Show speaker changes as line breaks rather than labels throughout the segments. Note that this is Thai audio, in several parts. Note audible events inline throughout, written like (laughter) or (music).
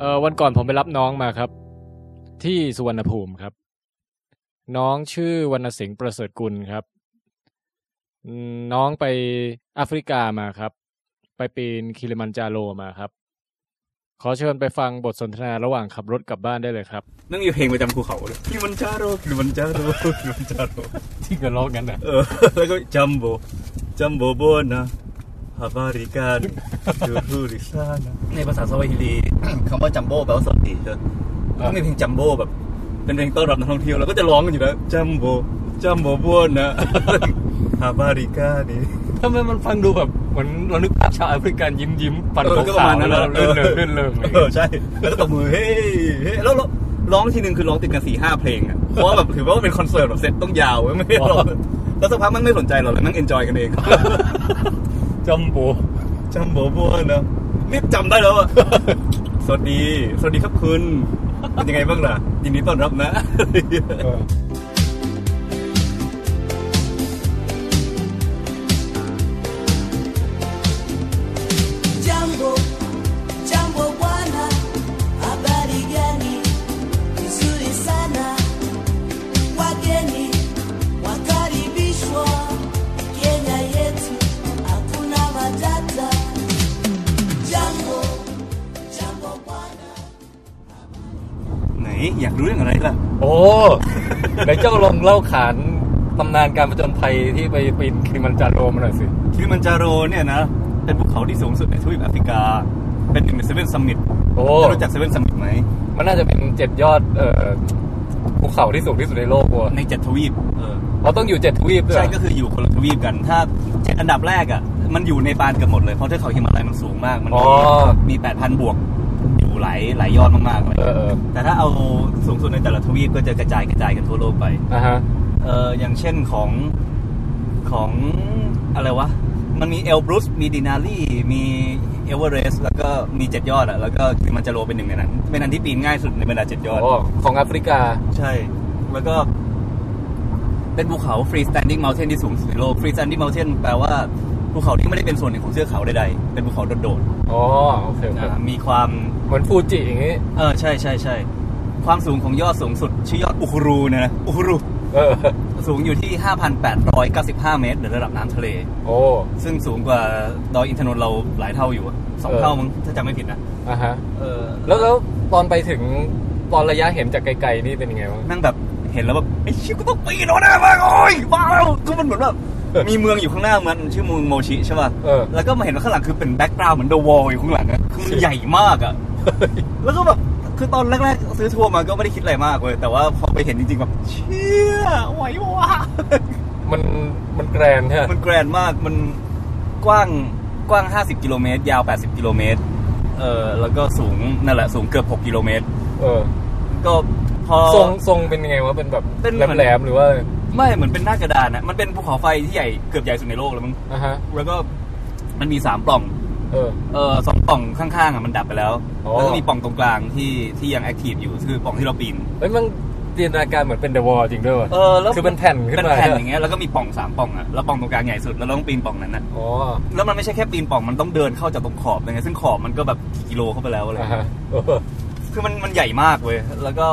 เออวันก่อนผมไปรับน้องมาครับ ที่สุวรรณภูมิครับ น้องชื่อวรรณสิงห์ประเสริฐกุลครับอืมน้องไปแอฟริกามาครับ ไปปีนคิลิมันจาโรมาครับ ขอเชิญไปฟังบทสนทนาระหว่างขับรถกลับบ้านได้เลยครับ
นั่งอยู่เพลงประจำภูเขาเลยคิมันจาโรคิมันจาโรคิมันจาโร
ที่เกิดร้องกันนะ
เออ แล้วก็จัมโบ จัมโบโบนะฮาบาริการจูรูริซานะในภาษาสวาฮิลี (coughs) คำว่าจัมโบแปลว่าสวัสดีเธอต้องมีเพลงจัมโบแบบ เป็นเพลงต้อนรับนักท่องเที่ยวเราก็จะร้องกันอยู่แล้ว จัมโบ จัมโบโบ (laughs) นะฮาบาริกานี่
ทำไมมันฟังดูแบบเหมือนเรานึกภาพชาวแอฟริกันยิ้มยิ้มปั่น
เออก็ประมาณนั้นแหละเออใช่แล้วก็ตบมือเฮ้ยเฮ้ยแล้วแล้วร้องทีนึงคือร้องติดกันสี่ห้าเพลงอ่ะเพราะว่าแบบถือว่าเป็นคอนเสิร์ตแบบเซตต้องยาวเว้ยไม่ได้ร้องแล้วสักพักมันไม่สนใจเราแล้วนั่งเอนจอยกันเอง
จัมโบ
จำโบบัวนะนี่จำได้แล้วอะสวัสดี สวัสดีครับคุณเป็นยังไงบ้างล่ะยินดีต้อนรับนะ
Jambo, jambo bwana, habari gani? Nzuri sana. Wageni wakaribishwa Kenya yetu, hakuna matata. Jambo, jambo bwana.
ไหนอยากรู้เรื่องอะไรล่ะ
โอ้ไหนเจ้าลองเล่าขานตำนานการประจนภัยที่ไปปีนคิลิมันจาโรมาหน่อยสิ
คิลิมันจาโรเนี่ยนะ เป็นภูเขาที่สูงสุดในทวีปแอฟริกา เป็นหนึ่งในเซเว่นซัมมิต
โอ้
รู้จักเซเว่นซัมมิตไหม
มันน่าจะเป็นเจ็ดยอดเอ่อภูเขาที่สูงที่สุดในโลกวัว
ในเจ็ดทวีปเออ
เราต้องอยู่เจ็ดทวีปด้วย
ใช่ก็คืออยู่คนละทวีปกัน ถ้าเจ็ดอันดับแรกอ่ะ มันอยู่ในปานเกือบหมดเลย เพราะเทือกเขาฮิมาลัยมันสูงมาก มัน
อ๋อ
มีแปดพันบวก อยู่หลายหลายยอดมากๆเลย
เออเออ
แต่ถ้าเอาสูงสุดในแต่ละทวีปก็จะกระจายกระจายกันทั่วโลกไป
อ่ะฮะ
เอออย่างเช่นของของอะไรวะ มันมีเอลบรุส มีดินารีมีเอเวอเรสต์แล้วก็มีเจ็ดยอดอ่ะ แล้วก็คือมันจะโรเป็นหนึ่งในนั้น เป็นอันที่ปีนง่ายสุดในบรรดาเจ็ดยอด
อ๋อ ของแอฟริกา
ใช่ แล้วก็เป็นภูเขา free standing mountain ที่สูงสุดในโลก free standing mountain แปลว่าภูเขาที่ไม่ได้เป็นส่วนหนึ่งของเทือกเขาใดๆ เป็นภูเขาโดด
อ๋อ โอเคโอ
ๆ
เค
อ่ามีความ
เหมือนฟูจิอย่างงี้
เออ ใช่ใช่ใช่ ความสูงของยอดสูงสุด ชื่อยอดอุคุรูเนยนะ อุคุรู
เออ
สูงอยู่ที่ 5,895 เมตรเหนือระดับน้ำทะเล
โอ้
ซึ่งสูงกว่าดอยอินทนนท์เราหลายเท่าอยู่อะสอง
เออ
เท่ามั้งถ้าจำไม่ผิดนะ
อ่ะฮะ
เออ
แล้วแล้วตอนไปถึงตอนระยะเห็นจากไกลๆนี่เป็นยังไงบ้าง
นั่งแบบเห็นแล้วแบบไอ้ชิกูต้องปีนออกหน้ามากโอ้ยว้าวก็มันเหมือนแบบมีเมืองอยู่ข้างหน้ามันชื่อเมืองโมชิใช่ป่ะ
เออ
แล้วก็มาเห็นว่าข้างหลังคือเป็นแบ็กกราวด์เหมือนเดอะวอลอยู่ข้างหลังอะคือมันใหญ่มากอะแล้วก็แบบคือตอนแรกๆซื้อทัวร์มาก็ไม่ได้คิดอะไรมากเว้ยแต่ว่าพอไปเห็นจริงๆแบบเชี่ยไหววะ
มันมันแกรนใช่ไหม
มันแกรนด์มากมันกว้างกว้าง 50 กิโลเมตร ยาว 80 กิโลเมตรเออแล้วก็สูงนั่นแหละสูงเกือบ 6 กิโลเมตร
เออ
ก็พอ
ทรงทรงเป็นยังไงวะ เป็นแบบ
เป็นเหมือน
แหลมๆหรือว่าอะไร
ไม่เหมือนเป็นหน้ากระดานนะมันเป็นภูเขาไฟที่ใหญ่เกือบใหญ่สุดในโลกแล้วมั้ง
อ่ะฮะ
แล้วก็มันมีสามปล่อง
เออ
เออสองปล่องข้างๆอ่ะมันดับไปแล้ว
อ๋อ
แล้วก็มีปล่องตรงกลางที่ที่ยังแอคทีฟอยู่คือปล่องที่เราปีน
เฮ้ยมันจินตนาการเหมือนเป็นเดอะวอลจริงด้วยวะ
เออแล้ว
คือเป็นแผ่นขึ้น
เป็น
มา
แผ่น
ใช่ไหม
อย่างเงี้ยแล้วก็มีปล่องสามปล่องอ่ะแล้วปล่องตรงกลางใหญ่สุดแล้วเราต้องปีนปล่องนั้นนะ
อ๋อ
แล้วมันไม่ใช่แค่ปีนปล่องมันต้องเดินเข้าจากตรงขอบอะไรเงี้ยซึ่งขอบมันก็แบบกี่กิโลเข้าไปแล้วอะไร
อ่ะ
เงี้ย
ฮะเออ
คือมันมันใหญ่มากเว้ย แล้วก็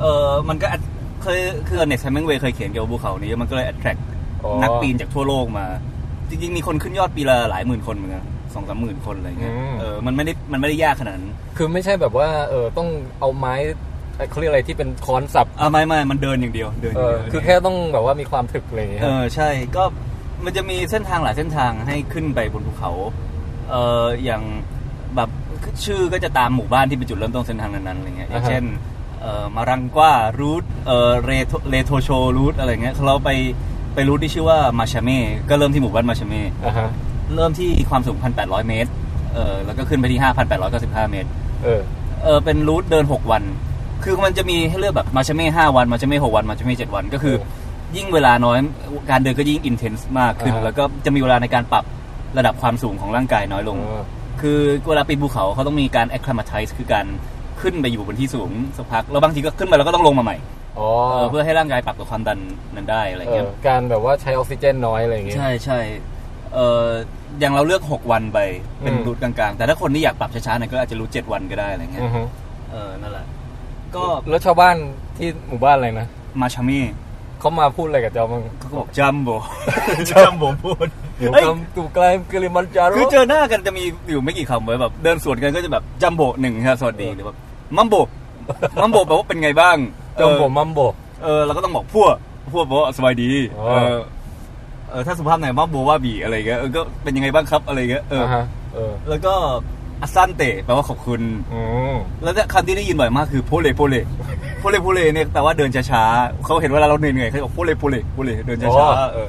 เออมันก็ at- เคยคือ Ernest Hemingway เคยเขียนเกี่ยวกับภูเขานี้ มันก็เลย attract
อ๋อ
นักปีนจากทั่วโลกมา จริงๆ มีคนขึ้นยอดปีละหลายหมื่นคนเหมือนกันสองสามหมื่นคนอะไรเงี้ย เออ มันไม่ได้ มันไม่ได้ยากขนาดนั้น
คือไม่ใช่แบบว่า เออ ต้องเอาไม้เอ่อเขาเรียกอะไรที่เป็นค้อนสับ
อ่าไม่ไม่มันเดินอย่างเดียว เดินอ
เอย่าง อ
เดียว
คือแค่ต้องแบบว่ามีความถึกอะไรอย่างเงี้ย
เออ ใช่ ก็มันจะมีเส้นทางหลายเส้นทางให้ขึ้นไปบนภูเขา เอออย่างแบบชื่อก็จะตามหมู่บ้านที่เป็นจุดเริ่มต้นเส้นทางนั้นๆอะไรเงี้ย อย่างเช่น เอ่อมารังกวารูทเอ่อเรโทเรโทโชรูทอะไรเงี้ยเราไปไปรูทที่ชื่อว่ามาชาเม่ก็เริ่มที่หมู่บ้านมาชาเม่
อ่ะฮะ
เริ่มที่ความสูง 1,800 เมตรเออแล้วก็ขึ้นไปที่ 5,895 เมตร
เออ
เออเป็นรูทเดิน 6 วัน คือมันจะมีให้เลือกแบบมาชาเม่5วันมาชาเม่6วันมาชาเม่7วันก็คือ
โอ้
ยิ่งเวลาน้อยการเดินก็ยิ่งอินเทนส์มากขึ้น
อ่า
แล้วก็จะมีเวลาในการปรับระดับความสูงของร่างกายน้อยลง
เออ
คือเวลาปีนภูเขาเขาต้องมีการ acclimatize คือการขึ้นไปอยู่บนที่สูงสักพัก แล้วบางทีก็ขึ้นมาแล้วก็ต้องลงมาใหม่
อ๋อ
เออเพื่อให้ร่างกายปรับกับความดันนั้นได้อะไร
เอ
เงี้
อย การแบบว่าใช้ออกซิเจนน้อยอะไรอย่างเงี้ย
ใช่ใช่เออ อย่างเราเลือกหกวันไปเป็น
อืม
รูทกลางๆ แต่ถ้าคนที่อยากปรับช้าๆหน่อยก็อาจจะรู้เจ็ดวันก็ได้อะไรเงี้ย
อือฮึ
เออนั่นแหละก็
แล้วชาวบ้านที่หมู่บ้านอะไรนะ
มาชามี่
เขามาพูดอะไรกับเจ้ามั้ง
เขาก็บอกจัมโบ
(laughs)
จัมโบพูด
อยู่
เอ้ย
กำตูไกลกิริมันจารุ
คือเจอหน้ากันจะมีอยู่ไม่กี่คำไว้แบบเดินสวนกันก็จะแบบจัมโบหนึ่งครับสวัสดีหรือแบบมัมโบมัมโบแปลว่าเป็นไงบ้าง
เจอผมมัมโบ
เออเราก็ต้องบอกพั่วพั่วแปลว่าสบายดี
อ๋อ
เออเออถ้าสุภาพหน่อยมัมโบว่าบีอะไรเงี้ยเออก็เป็นยังไงบ้างครับอะไรเงี้ยเอออ
อ่าฮะเออ
แล้วก็อัสซันเตะแปลว่าขอบคุณ
อืม
แล้วเนี่ยคำที่ได้ยินบ่อยมากคือโพเลโพเลโพเลโพเลเนี่ยแปลว่าเดินช้าๆเขาเห็นเวลาเราเหนื่อยๆเขาจะบอกโพเลโพเลโพเลเดิน
อ๋
ช้า
อ
ๆเออ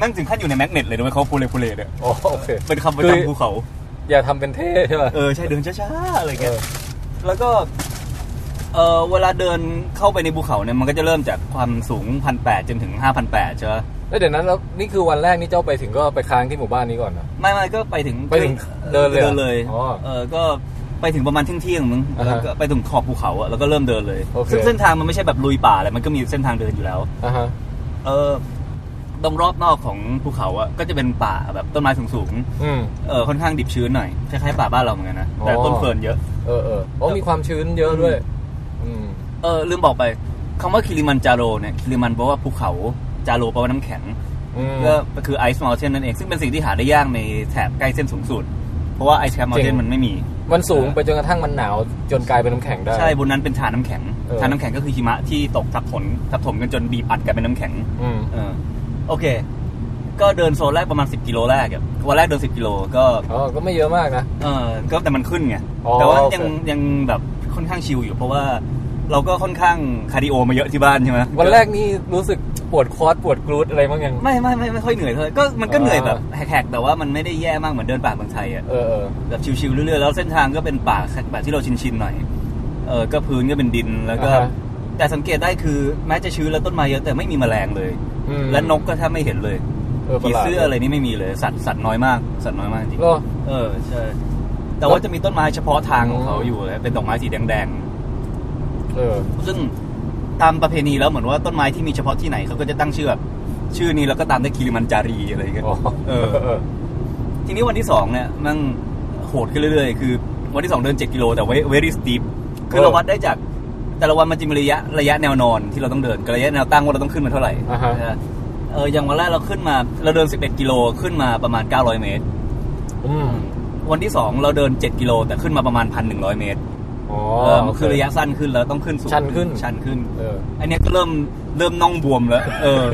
นั่งถึงขั้นอยู่ในแมกเนตเลยนะเว้ยเขาโพเลโพเลเนี่ย
อ๋อโอเค
เป็นคำประจำภูเขา
อย่าทำเป็นเท่ใช่ป่ะ
เออใช่เดินช้าๆอะไร
เอ
เงี้ย
อ
แล้วก็เออเวลาเดินเข้าไปในภูเขาเนี่ยมันก็จะเริ่มจากความสูงพันแปดจนถึงห้าพันแปดใช่ไหม
แล้วเดี๋ยวนั้นแล้วนี่คือวันแรกนี่เจ้าไปถึงก็ไปค้างที่หมู่บ้านนี้ก่อนนะ
ไม่ไม่ก็ไปถึง
ไปถึงเดินเลยเหรอ
เดินเลย
อ๋อ
เออก็ไปถึงประมาณเที่ยงเที่ยงๆมึง
อ่าฮะ
แล้วก็ไปถึงขอบภูเขาอะแล้วก็เริ่มเดินเลย
โอเค
ซึ่งเส้นทางมันไม่ใช่แบบลุยป่าอะไรมันก็มีเส้นทางเดินอยู่แล้ว
อ่าฮะ
เออตรงรอบนอกของภูเขาอะก็จะเป็นป่าแบบต้นไม้สูง
อืม
ๆเออค่อนข้างดิบชื้นหน่อยคล้ายๆป่าบ้านเราเหมือนกันนะแต่
อ๋อ
ต้นเฟิร์นเยอะ
เออเอออ๋อมีความชื้นเยอะด้วย อืม
เออลืมบอกไปคำว่าคิริมันจาโรเนี่ยคิริมันแปลว่าภูเขาจาโรแปลว่าน้ำแข็ง
อืม
ก็คือไอซ์มอลเทนนั่นเอง ซึ่งเป็นสิ่งที่หาได้ยากในแถบใกล้เส้นสูงสุด เพราะว่าไอซ์แคมมอลเท
จริ
น
ง
มันไม่มี
มันสูงไปจนกระทั่งมันหนาวจนกลายเป็นน้ำแข็งได้
ใช่บนนั้นเป็นฐานน้ำแข็ง
เออ
ฐานน้ำแข็งก็คือหิมะที่ตกทับถมทับถมกันจนบีบอัดกันเป็นน้ำแข็ง
อืม
เออโอเค ก็เดินโซนแรกประมาณ 10 กิโลแรกอะวันแรกเดิน 10 กิโลก็
อ๋อ ก็ไม่เยอะมากนะ
เออก็แต่มันขึ้นไง
อ๋อ
แต่ว่า
โอเค
ยังยังแบบค่อนข้างชิลอยู่ เพราะว่าเราก็ค่อนข้างคาร์ดิโอมาเยอะที่บ้านใช่ไหม
วันแรกนี่รู้สึกปวดคอร์สปวดกรูดอะไรบ้างยัง
ไม่ไม่ไม่ไม่ค่อยเหนื่อยเท่าไหร่ก็มันก็
อ่า
เหนื่อยแบบแหกๆ แต่ว่ามันไม่ได้แย่มากเหมือนเดินป่าเมืองไทยอ่ะ
เออเออ
แบบชิลๆเรื่อยๆแล้วเส้นทางก็เป็นป่าแบบที่เราชินๆหน่อยเออก็พื้นก็เป็นดินแล้วก็
อ่าฮะ
แต่สังเกตได้คือแม้จะชื้นและต้นไม้เยอะแต่ไม่มีแมลงเลย
อืม
และนกก็แทบไม่เห็นเลย
เออป
ผี
ระหลาด
เสื้ออะไรนี่ไม่มีเลยสัตว์สัตว์น้อยมากสัตว์น้อยมากจริง
เหรอ
เออใช่แต่ว่าจะมีต้นไม้เฉพาะทางของเขาอยู่เลยเป็นดอกไม้สีแดง
เออ
ๆ ซึ่งตามประเพณีแล้วเหมือนว่าต้นไม้ที่มีเฉพาะที่ไหนเขาก็จะตั้งชื่อแบบชื่อนี้แล้วก็ตามด้วยคิริมันจารีอะไรอย่างเงี้ย
อ๋อ
เอ
เอ
อ
อเออ
ทีนี้วันที่สองเนี่ยมันโหดขึ้นเรื่อยๆ คือ วันที่สองเดิน 7 กิโลแต่เวเวรี่สตีฟคือ
เออ
เราวัดได้จาก แต่ละวันมันจะมีระยะระยะแนวนอนที่เราต้องเดินกับระยะแนวตั้งว่าเราต้องขึ้นมาเท่าไหร่
อ่าฮะ
เออเอออย่างวันแรกเราขึ้นมาเราเดิน 11 กิโลขึ้นมาประมาณ 900 เมตร
อืม
วันที่ 2 เราเดิน 7 กิโล แต่ขึ้นมาประมาณ 1,100 เมตร
อ๋อ
เออมันคือระยะสั้นขึ้นแล้วต้องขึ้นสูง
ชันขึ้น
ชันขึ้น
เออ
อันเนี้ยก็เริ่มเริ่มน่องบวมแล้ว เออ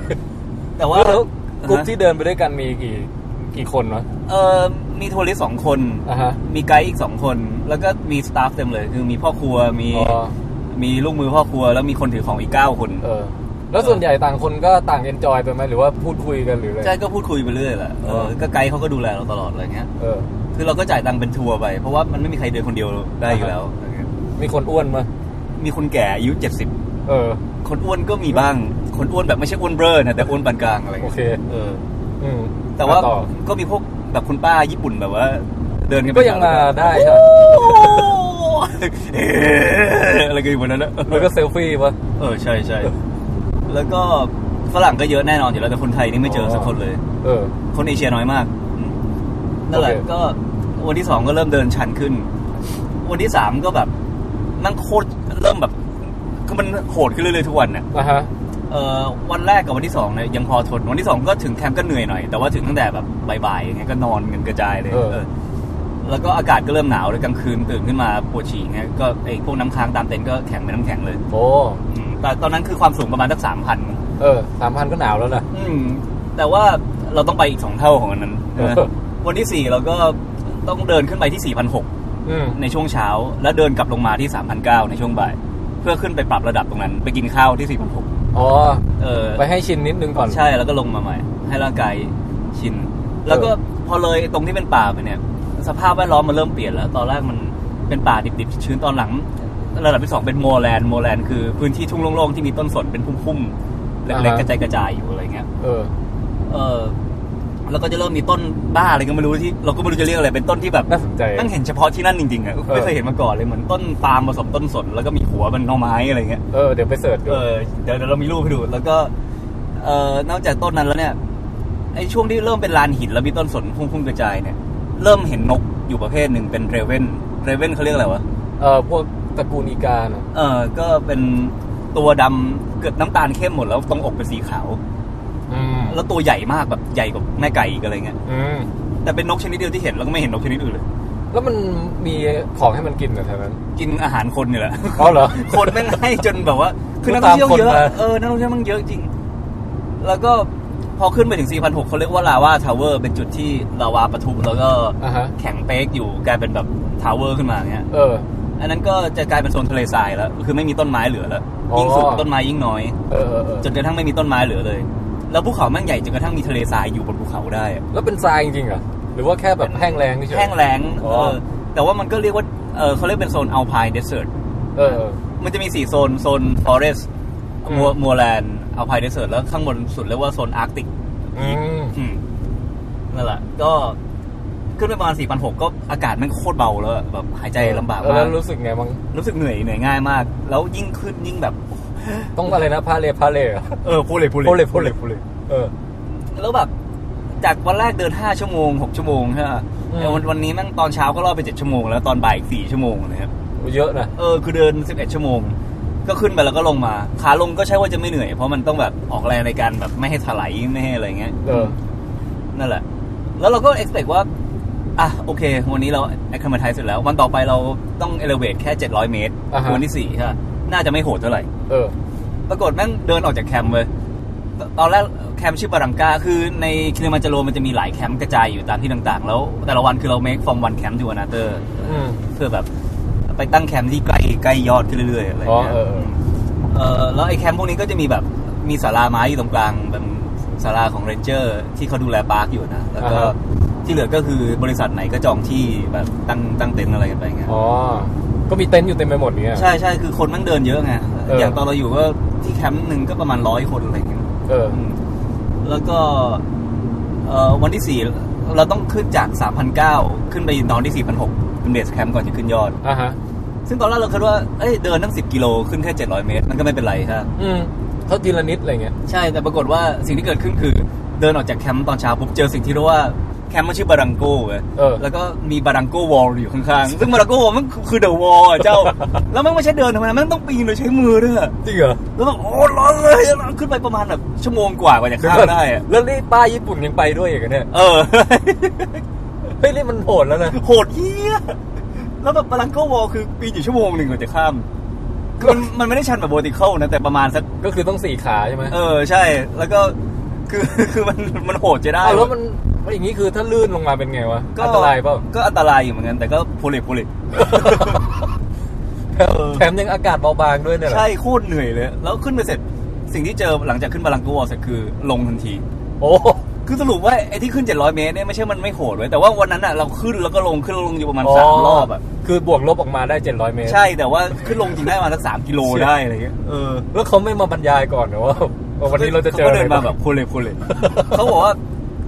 แต่ว่า
แล้วกลุ่ม
อ่าฮะ
ที่เดินไปด้วยกันมีกี่กี่คนวะ
เออมีทัวริสต์สองคน
อ่ะฮะ
มีไกด์อีกสองคน แล้วก็มีสตาฟเต็มเลย คือมีพ่อครัวมี
อ๋อ
มีลูกมือพ่อครัว แล้วมีคนถือของอีกเก้าคน
เออ แล้วส่วนใหญ่ต่างคนก็ต่างเอนจอยไปไหมหรือว่าพูดคุยกันหรืออะไร
ใช่ก็พูดคุยไปเรื่อยแหละเออ
เออ
ก็ไกด์เขาก็ดูแลเราตลอดอะไรเงี้ย
เออ
คือเราก็จ่ายตังค์เป็นทัวร์ไปเพราะว่ามันไม่มีใครเดินคนเดียวได้อยู่แล้วอะไรเงี้ย
มีคนอ้วนมา
มีคนแก่อายุเจ็ดสิบ
เออ
คนอ้วนก็มีบ้าง คนอ้วนแบบไม่ใช่อ้วนเบ้อนะแต่อ้วนปานกลางอะไร
โอ
เงี้ย
เค
เออ
อืม
แต่ว่า
ต่อ
ก็มีพวกแบบคุณป้าญี่ปุ่นแบบว่า เดินกัน
ก็ยังมาได้ใช่ปะ
โอ้โหเอ๊ะอะไร (laughs) กันอยู่บนนั้นนะ
แล้วก็เซลฟี่ปะ
เออใช่ใช่แล้วก็ฝรั่งก็เยอะแน่นอนอยู่แล้วแต่คนไทยนี่ไม่เจอ
อ
สักคนเลย
เออ
คนเอเชียน้อยมากอืมนั่นแหละ
โอเค
ก็วันที่สองก็เริ่มเดินชันขึ้น วันที่สามก็แบบนั่งโคตรเริ่มแบบคือมันโหดขึ้นเรื่อยๆทุกวันน่ะ
อ่ะฮะ
เอ่อวันแรกกับวันที่สองเนี่ยยังพอทนวันที่สองก็ถึงแคมป์ก็เหนื่อยหน่อย แต่ว่าถึงตั้งแต่แบบบ่ายๆอย่างเงี้ยก็นอนกันกระจายเลย
เออ
เออแล้วก็อากาศก็เริ่มหนาวเลยกลางคืนตื่นขึ้นมาปวดฉี่เงี้ยก็ไอ้พวกน้ำค้างตามเต็นท์ก็แข็งเป็นน้ำแข็งเลย
โอ้
อืมแต่ตอนนั้นคือความสูงประมาณสักสามพัน
เออสามพันก็หนาวแล้วนะ
แต่ว่าเราต้องไปอีกสองเท่าของอันนั้น
เออ
เออวันที่สี่เราก็ต้องเดินขึ้นไปที่สี่พันหก
อืม
ในช่วงเช้า แล้วเดินกลับลงมาที่สามพันเก้าในช่วงบ่าย เพื่อขึ้นไปปรับระดับตรงนั้น ไปกินข้าวที่สี่พันหก
อ๋อ
เออ
ไปให้ชินนิดนึงก่อน
ใช่แล้วก็ลงมาใหม่ ให้ร่างกายชิน แล้วก็พอเลยตรงที่เป็นป่าไปเนี่ย สภาพแวดล้อมมันเริ่มเปลี่ยนแล้ว ตอนแรกมันเป็นป่าดิบๆ ชื้นตอนหลัง ระดับที่สองเป็นโมแลนด์โมแลนด์คือพื้นที่ทุ่งโล่งๆ ที่มีต้นสนเป็นพุ่มๆเล็ก
อ่า
ๆ
ฮะ
กระจายกระจายๆอยู่อะไรเงี้ย
เออ
เออแล้วก็จะเริ่มมีต้นบ้าอะไรก็ไม่รู้ที่เราก็ไม่รู้จะเรียกอะไรเป็นต้นที่แบบ
น่าสนใจ
นั่งเห็นเฉพาะที่นั่นจริงๆอ่ะไม่เคยเห็นมาก่อนเลยเหมือนต้นปาล์มผสมต้นสนแล้วก็มีหัวเป็นหน่อไม้อะไรเงี้ย
เออ เดี๋ยวไปเสิร์ชดู
เออเดี๋ยวเดี๋ยวเรามีรูปให้ดู แล้วก็ เอ่อนอกจากต้นนั้นแล้วเนี่ย ไอ้ช่วงที่เริ่มเป็นลานหินแล้วมีต้นสนพุ่งพุ่งกระจายเนี่ย เริ่มเห็นนกอยู่ประเภทหนึ่งเป็นเรเวนเรเวนเขาเรียกอะไรวะ
เออพวกตระกูลอีกาน่ะ
เออก็เป็นตัวดำเกือบน้ำตาลเข้มหมดแล้วตรงอกเป็นสีขาว
อืม
แล้วตัวใหญ่มากแบบใหญ่กว่าแม่ไก่อีกอะไรเงี้ย
อืม
แต่เป็นนกชนิดเดียวที่เห็นแล้วก็ไม่เห็นนกชนิดอื่นเลย
แล้วมันมีของให้มันกินเหรอแถวนั้น
กินอาหารคนเนี่ยแหละ
อ๋อเหรอ
คนแม่งให้จนแบบว่า คือนักท่องเที่ยวเยอะ เออ นักท่องเที่ยวแมันเยอะจริง แล้วก็พอขึ้นไปถึง 4,600เขาเรียกว่าลาวาทาวเวอร์เป็นจุดที่ลาวาปะทุแล้วก็
อ่าฮะ
แข็งเป๊กอยู่กลายเป็นแบบทาวเวอร์ขึ้นมาอย่างเงี้ย
เออ
อันนั้นก็จะกลายเป็นโซนทะเลทรายแล้ว คือไม่มีต้นไม้เหลือแล้ว ยิ่งสูง
อ๋อ
ต้นไม้ยิ่งน้อย
เออเออเออ
จนกระทั่งไม่มีต้นไม้เหลือเลย แล้วภูเขาแม่งใหญ่จนกระทั่งมีทะเลทรายอยู่บนภูเขาได้อะ
แล้วเป็นทรายจริงๆเหรอหรือว่าแค่แบบแห้งแรงเฉยๆ
แห้งแล้ง
อ๋
เออ
อ
แต่ว่ามันก็เรียกว่า เออเขาเรียกเป็นโซนอัลพายเดสเซิร์
เออเออ
มันจะมีสี่โซน โซนฟอเรสต์
อืม
มัวมัวแลนด์เอาพายเดสเซิร์แล้วข้างบนสุดเรียกว่าโซนอาร์กติก
อืม
อืมนั่นแหละ ก็ขึ้นไปประมาณ 4,600 ก็อากาศแมันโคตรเบาแล้วอะแบบหายใจลำบาก
เออ
มา
แล้
ก
วรู้สึกไงบ้าง
รู้สึกเหนื่อยเหนื่อยง่ายมาก แล้วยิ่งขึ้นยิ่งแบบ
ต้องอะไรนะพาเลพาเลเหรอ
เออพูดเลยพูดเลย
โพเลโพเลโพเลเออ
แล้วแบบ จากวันแรกเดิน 5 ชั่วโมง 6 ชั่วโมงใช่ไหม
อืม
แต่วันวันนี้แม่งตอนเช้าก็ล่อไป 7 ชั่วโมง แล้วตอนบ่ายอีก4ชั่วโมงเลยครับ
เยอะนะ
เออคือเดิน 11 ชั่วโมง ก็ขึ้นไปแล้วก็ลงมา ขาลงก็ใช่ว่าจะไม่เหนื่อย เพราะมันต้องแบบออกแรงในการแบบไม่ให้ถลายไม่ให้อะไรเงี้ย
เออ
นั่นแหละ แล้วเราก็ expect ว่า อ่ะ โอเค วันนี้เรา acclimatize เสร็จแล้ว วันต่อไปเราต้อง elevate แค่ 700 เมตร
อ่าฮะ
วันที่สี่ค่ะน่าจะไม่โหดเท่าไหร่
เออ
ปรากฏแม่งเดินออกจากแคมป์เลยตตอนแรกแคมป์ชื่อบารังกาคือในคิลิมันจาโรมันจะมีหลายแคมป์กระจายอยู่ตามที่ต่างๆ แล้ว แต่ละวันคือเรา make from one camp to another
อืม
เพื่อแบบไปตั้งแคมป์ที่ใกล้ใกล้ยอดขึ้นเรื่อยๆอะไรอย่างเงี้ย
อ๋อเออ
เออแล้วไอ้แคมป์พวกนี้ก็จะมีแบบมีศาลาไม้อยู่ตรงกลางเป็นศาลาของเรนเจอร์ที่เขาดูแลปาร์คอยู่นะ แล้วก็
อ่าฮะ
ที่เหลือก็คือบริษัทไหนก็จองที่แบบตั้งตั้งเต็นท์อะไรกันไปเงี้ย
อ๋อ ก็มีเต็นท์อยู่เต็มไปหมดเนี่ย
ใช่ใช่คือคนแมันเดินเยอะไง
เอออ
อย่างตอนเราอยู่ก็ที่แคมป์หนึ่งก็ประมาณร้อยคนอะไรเงี้ย
เออ
อืมแล้วก็เอ่อวันที่สี่เราต้องขึ้นจาก 3,009 ขึ้นไปนอนที่ 4,006เป็นเบสแคมป์ก่อนจะขึ้นยอด
อ่ะฮะ
ซึ่งตอนแรกเราคิดว่าเอ้ยเดินตั้ง 10 กิโลขึ้นแค่ 700 เมตร มันก็ไม่เป็นไรฮะ
อืมเท่าทีละนิดอะไรเงี้ย
ใช่แต่ปรากฏว่าสิ่งที่เกิดขึ้นคือ เดินออกจากแคมป์ตอนเช้าปุ๊บเจอสิ่งที่เรียกว่าแคมป์มันชื่อบารังโก้เว้ย
เออ
แล้วก็มีบารังโก้วอลอยู่ข้างๆ ซึ่งบารังโก้วอลมันคือเดอะวอลเจ้า แล้วมันไม่ใช่เดินธรรมดามันต้องปีนโดยใช้มือด้วยอะ
จริงเหรอ
แล้วแบบโอ้ร้อนเลยขึ้นไปประมาณแบบชั่วโมงกว่ากว่าจะข้ามได้อะ
แล้วนี่ป้าญี่ปุ่นยังไปด้วยอีกเหรอเนี่ย
เออ
เฮ้ยนี่มันโหดแล้วนะ
โหดเหี้ย แล้วแบบบาลังโกวอลคือปีนอยู่ชั่วโมงหนึ่งกว่าจะข้ามคือมันมันไม่ได้ชันแบบโวติเคิลนะ แต่ประมาณสัก
ก็คือต้องสี่ขาใช่ไหม
เออ ใช่ แล้วก็ คือ คือมัน มันโหดจะได้
เอาแล้วมันมันอย่างนี้คือถ้าลื่นลงมาเป็นไงวะ อันตรายเปล่า
ก็อันตรายอยู่เหมือนกัน แต่ก็โพลิโพลิ
แถมแถมยังอากาศเบาบางด้วยเนี่ยเหรอ
ใช่ โคตรเหนื่อยเลย แล้วขึ้นไปเสร็จ สิ่งที่เจอหลังจากขึ้นบาลังโกวอลเสร็จคือลงทันที
โอ้
คือสรุปว่าไอ้ที่ขึ้น 700 เมตรเนี่ยไม่ใช่มันไม่โหดเว้ยแต่ว่าวันนั้นอะเราขึ้นแล้วก็ลงขึ้นแล้วลงอยู่ประมาณสามรอบอะ
คือบวกลบออกมาได้ 700 เมตร
ใช่ แต่ว่าขึ้นลงจริงได้ประมาณสักสามกิโลได้อะไรเงี้ย เออ
แล้วเขาไม่มาบรรยายก่อนเหรอว่าว่าวันนี้เราจะเจออะไร
ขก็ดินมาแบบโคเลโคเลเขาบอกว่า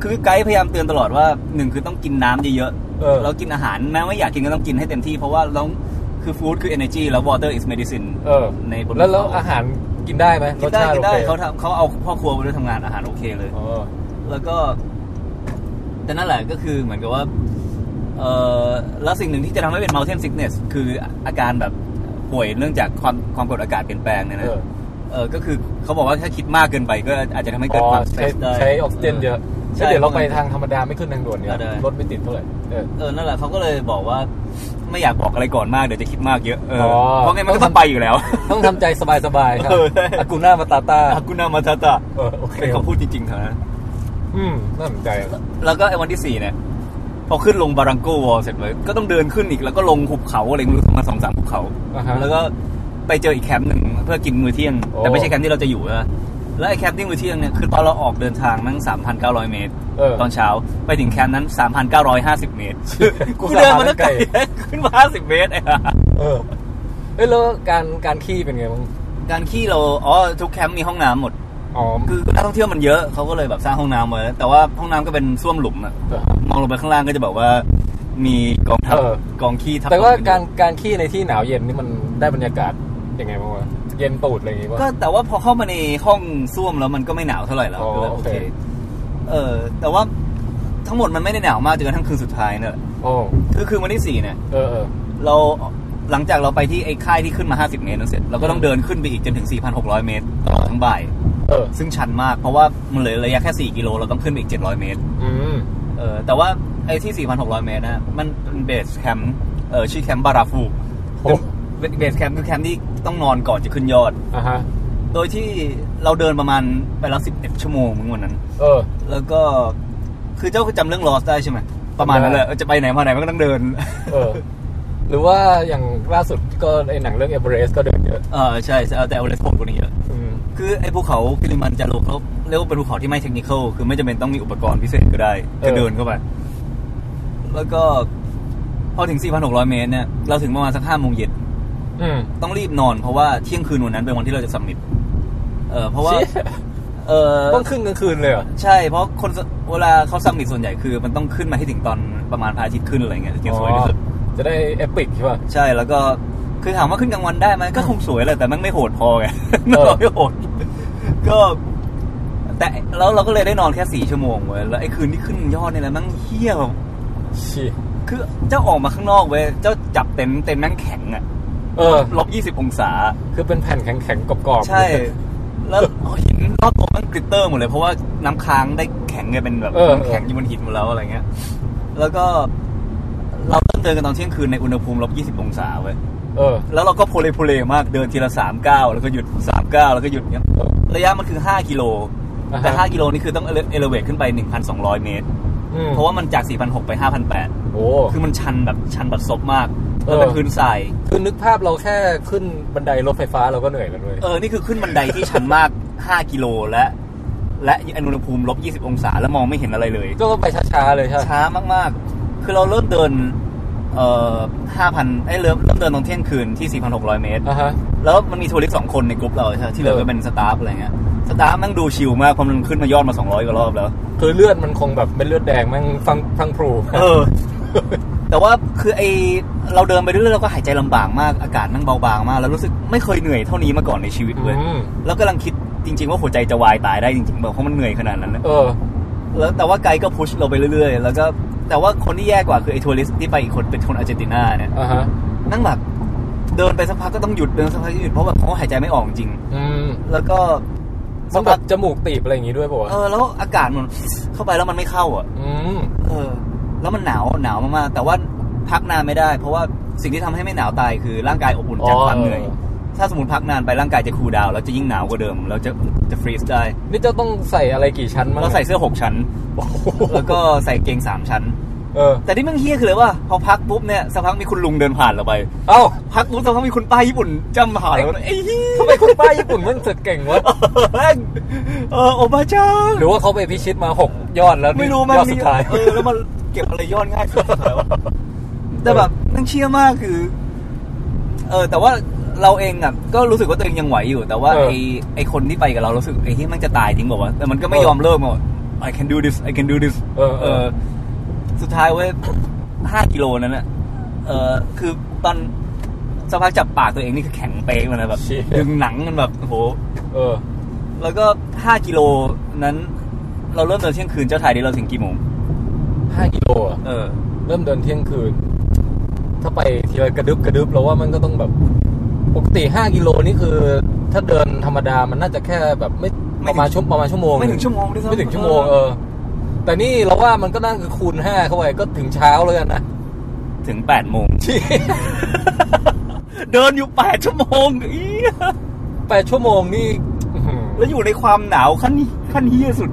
คือไกด์พยายามเตือนตลอดว่าหนึ่งคือต้องกินน้ำเยอะ
เออ
ๆเรากินอาหารแม้ว่าอยากกินก็ต้องกินให้เต็มที่ เพราะว่าเราคือฟู้ดคือ energy แล้ว water is medicine
เออ
ในบน
แล้วแล้วอาหารกินได้ไหมร
กิ
ส
นได้
ชาติ
กิ
โอน
ได้
เค
เขาทำเขาเอาพ่อครัวไปด้วยทำงานอาหารโอเคเลย
อ๋อ
แล้วก็ แต่นั่นแหละก็คือเหมือนกับว่า เออแล้วสิ่งหนึ่งที่จะทำให้เป็น mountain sickness คืออาการแบบป่วยเนื่องจากความความกดอากาศเปลี่ยนแปลงเนี่ย
เอ
นะ
อ
เออ ก็คือเขาบอกว่าถ้าคิดมากเกินไปก็อาจจะทำให้เกิดความสเตร
ใช้
สได้
ใช้ออกซิเจนเยอะ
ใช่
แล้วเดี๋ยวเรา
เพ
ไป
ราะมัน
ทางธรรมดาไม่ขึ้นทางด่วนเนี่ย
ได้
รถไม่ติดเท่าไหร่เออ
เออ นั่นแหละเขาก็เลยบอกว่าไม่อยากบอกอะไรก่อนมากเดี๋ยวจะคิดมากเยอะ เออ
อ๋อ
เพราะไงมันก็ต้องไปอยู่แล้ว
ต้องทำใจสบายๆครับ
เออ
อากูน่ามาตาตา
อากุนามาทาตะ
เออโอเค
เป็น
ครับ
คำพูดจริงๆเท่านั้น
อืมน่าสนใจอะ
แล้วก็ไอ้วันที่สี่เนี่ย พอขึ้นลงบารังโกวอลเสร็จเลย ก็ต้องเดินขึ้นอีกแล้วก็ลงหุบเขาอะไรไม่รู้ประมาณสองสามหุบเขา
อ่าฮะ
แล้วก็ไปเจออีกแคมป์หนึ่งเพื่อกินมื้อเที่ยง
โอ้
แต่ไม่ใช่แคมป์ที่เราจะอยู่นะแล้วไอ้แคมป์ที่มื้อเที่ยงเนี่ยคือตอนเราออกเดินทางนั่งสามพันเก้าร้อยเมตร
เออ
ตอนเช้าไปถึงแคมป์นั้น 3,950 เมตร
กู
กูเดินมาตั้งไกล
สามพันเก้าร้อย
ขึ้นมา 50 เมตรไอ้ห่า (laughs)
เออเอ้ยแล้วการการขี้เป็นไงบ้าง
การขี้เรา อ๋อ ทุกแคมป์มีห้องน้ำหมด
อ๋อ
คือนักท่องเที่ยวมันเยอะ เขาก็เลยแบบสร้างห้องน้ำไว้แต่ว่าห้องน้ำก็เป็นส้วมหลุมอะ
เออ
มองลงไปข้างล่างก็จะแบบว่า มีกองทัพ
เออ
กองขี้ทับ
แต่ว่า
อยู่
การการขี้ในที่หนาวเย็นนี่มันได้บรรยากาศยังไงบ้างวะเย็นตูดอะไรอย่างงี้ป่ะ
ก็แต่ว่าพอเข้ามาในห้องส้วมแล้วมันก็ไม่หนาวเท่าไหร่แล้ว
อ๋อ
ก็เลยโอ
โอ
เค
เค
เออ แต่ว่าทั้งหมดมันไม่ได้หนาวมากจนกระทั่งคืนสุดท้ายเนี่ยแหละ
โอ้
คือคืนวันที่สี่เนี่ย
เออเออ
เราหลังจากเราไปที่ไอ้ค่ายที่ขึ้นมา 50 เมตรนั่นเสร็จ เราก็ต้องเดินขึ้นไปอีกจนถึง 4,600 เมตรตลอดทั้งบ่าย
เออ
ซึ่งชันมากเพราะว่ามันเหลือระยะแค่ 4 กิโล เราต้องขึ้นไปอีก 700 เมตร
อืม
เออแต่ว่าไอ้ที่ 4,600 เมตรนะมันเป็นเบสแคมป์เออชื่อแคมป์บาราฟู
โอ้
เบสแคมป์คือแคมป์ที่ต้องนอนก่อนจะขึ้นยอด
อ่ะฮะ
โดยที่เราเดินประมาณไปละ11 ชั่วโมงมึงวันนั้น
เออ
แล้วก็คือเจ้าจำเรื่องลอสได้ใช่ไหมประมาณนั้นแหละจะไปไหนมาไหนมันก็ต้องเดิน (laughs)
เออ หรือว่าอย่างล่าสุดก็ไอหนังเรื่องเอเ r อเรสก็เดินเยอะ
เออใช่เอาแต่เอาเลสโฟกว่านี้เยอะ
อืม
คือไอ้ภูเขาคิริมันจาโรเขาเรียกว่าเป็นภูเขาที่ไม่เทคนิคอลคือไม่จำเป็นต้องมีอุปกรณ์พิเศษก็ได้ก็เดินเข้าไป แล้วก็พอถึง 4,600 เมตรเนี่ย เราถึงประมาณสักห้าโมงเย็น
อืม
ต้องรีบนอนเพราะว่าเที่ยงคืนวันนั้นเป็นวันที่เราจะสัมมิตเออเพราะว่า
เชี่ย
เออ
ต้องขึ้นกลางคืนเลยเหรอ
ใช่ เพราะคนสเวลาเขาสัมมิตส่วนใหญ่คือ มันต้องขึ้นมาให้ถึงตอนประมาณพระอาทิตย์ขึ้นอะไรเงี้ยถึงจะสวยที่สุด
อ๋อจะได้เอปิกใช่ป่ะ
ใช่แล้วก็คือถามว่าขึ้นกลางวันได้ไหมก็คงสวยแหละแต่มันไม่โหดพอไง
เออ
ไม่โหด (laughs) ก็ แต่แล้วเราก็เลยได้นอนแค่สี่ชั่วโมงเว้ยแล้วไอ้คืนที่ขึ้นยอดเนี่ยแหละมั่งเฮี้ยแบบ
ชี
คือเจ้าออกมาข้างนอกเว้ยเจ้าจับเต็นท์เต็นท์แม่งแข็งอะ
เออ
ลบยี่สิบองศา
คือเป็นแผ่นแข็งๆกรอบๆ
ใช่ แล้วหินรอบตัวมันกริตเตอร์หมดเลย เพราะว่าน้ำค้างได้แข็งเลยเป็นแบบน้ำแข็งอยู่บนหินหมดแล้วอะไรเงี้ย แล้วก็เราเริ่มเดินกันตอนเที่ยงคืนในอุณหภูมิลบยี่สิบองศาเว้ย
เออ
แล้วเราก็โพเลโพเลมากเดินทีละสามก้าวแล้วก็หยุดสามก้าวแล้วก็หยุดเงี้ย
เออ
ระยะมันคือห้ากิโล
อ่าฮะ
แต่ห้ากิโลนี่คือต้องเอเลเวทขึ้นไปหนึ่งพันสองร้อยเมตร
อืม
เพราะว่ามันจากสี่พันหกไปห้าพันแปด
โอ้
คือมันชันแบบชันแบบซบมาก
เอ
แล้ว
อ
เป็นพื้นทราย
คือนึกภาพเราแค่ขึ้นบันไดรถไฟฟ้าเราก็เหนื่อยแล้วด้วย
เออนี่คือขึ้นบันไดที่ชันมากห้ากิโลและ และอุณหภูมิลบยี่สิบองศาแล้วมองไม่เห็นอะไรเลย
ก็ไปช้าๆเลยใช่ไหม
ช้ามากๆ คือเราเริ่มเดินเอ่อห้าพันไอ้ยเริ่มเริ่มเดินตอนเที่ยงคืนที่สี่พันหกร้อยเมตร
อ่ะฮะ
แล้วมันมีทัวริสต์สองคนในกลุ่มเราใช่ไหมที่เหลือก็เป็นสตาฟอะไรเงี้ยสตาฟแม่งดูชิลมากเพราะมันขึ้นมายอดมาสองร้อยกว่ารอบแล้ว
คือเลือดมันคงแบบเป็นเลือดแดงแมันฟังฟังพรู
เออ แต่ว่าคือไอเราเดินไปเรื่อยๆเราก็หายใจลำบากมากอากาศแม่งเบาบางมาก แล้วรู้สึกไม่เคยเหนื่อยเท่านี้มาก่อนในชีวิตเลย
อืม
แล้วกำลังคิดจริง ๆ ว่าหัวใจจะวายตายได้จริงๆแบบเพราะมันเหนื่อยขนาดนั้นนะ
เออ
แล้วแต่ว่าไกด์ก็พุชเราไปเรื่อยๆ แล้วก็แต่ว่าคนที่แย่กว่าคือไอทัวริสต์ที่ไปอีกคนเป็นคนอาร์เจนตินาเนี่ย
อ่ะฮะ
นั่งแบบเดินไปสักพักก็ต้องหยุดเดินสักพักก็หยุดเพราะแบบเขาหายใจไม่ออกจริง
อืม
แล้วก็
มั
สั
น
ก
แบ
พัก
บจมูกตีบอะไรอย่างงี้ด้วยป่ะ
เออแล้วอากาศมันเข้าไปแล้วมันไม่เข้าอ่ะ
อืม
เออ แล้วมันหนาวหนาวมากๆแต่ว่าพักนานไม่ได้ เพราะว่าสิ่งที่ทำให้ไม่หนาวตายคือร่างกายอบอุ่นจาก
อ๋อ
ความเหนื่อย ถ้าสมมติพักนานไปร่างกายจะคูลดาวน์แล้วจะยิ่งหนาวกว่าเดิม แล้วจะจะฟรีซได้
นี่เจ้าต้องใส่อะไรกี่ชั้นมั้ง
เราใส่เสื้อหกชั้น (laughs) แล้วก็ใส่กางเกงสามชั้น
(laughs) เออ
แต่ที่มันเฮี้ยคือเลยว่าพอพักปุ๊บเนี่ยสักพักมีคุณลุงเดินผ่านเราไป
เอ้า
พักปุ๊บสักพักมีคุณป้าญี่ปุ่นจำผ่านเราไปไอ้ (laughs) เหี้ย
ทำไมคุณป้าญี่ปุ่นมันสึกเก่งวะ
เออโอบาจัง
หรือว่าเขาไปพิชิตมาหกยอดแล้วนี่
ไม่รู้มัน
ยอดสุดท้าย
เออแล้วมันเก็บอะไรยอดง่ายสุดท้ายวะแต่แบบนั่งเชี่ยมากคือ เออ แต่ว่าเราเองอ่ะก็รู้สึกว่าตัวเองยังไหวอยู่ แต่ว่า
เออ
ไอไอคนที่ไปกับเรารู้สึกไอที่มันจะตายจริงบอกว่าวะแต่มันก็ไม่
เออย
อมเลิกมาบอก I can do this I can do this
เออเออ
สุดท้ายเว้ย ห้ากิโลนั้นอ่ะเออคือตอนสภาพกจับปากตัวเองนี่คือแข็งเป๊กมันนะแบบ
เชี่ย
ดึงหนังมันแบบโอ้โห
เออ
แล้วก็ห้ากิโลนั้น เราเริ่มเดินเที่ยงคืนเจ้าไทยนี่เราถึงกี่โมง
ห้ากิโลอะ
เออ
เริ่มเดินเที่ยงคืน ถ้าไปทีละกระดึบกระดึบเราว่ามันก็ต้องแบบ ปกติห้ากิโลนี่คือ ถ้าเดินธรรมดามันน่าจะแค่แบบไม่
ไม่
ประมาณ
ถึง
ชั่วประมาณชั่วโมง
ไม่ถึงชั่วโมงด้วยซ้ำ
ไม่ถึงชั่วโมงเออ แต่นี่เราว่ามันก็นั่งคือคูณห้าเข้าไปก็ถึงเช้าเลยกันนะ (laughs)
ถึงแปดโมง เดินอยู่แปดชั่วโมงอี๋
แปดชั่วโมงนี่อื้อหือ
แล้วอยู่ในความหนาวขั้นขั้นเฮี้ยสุด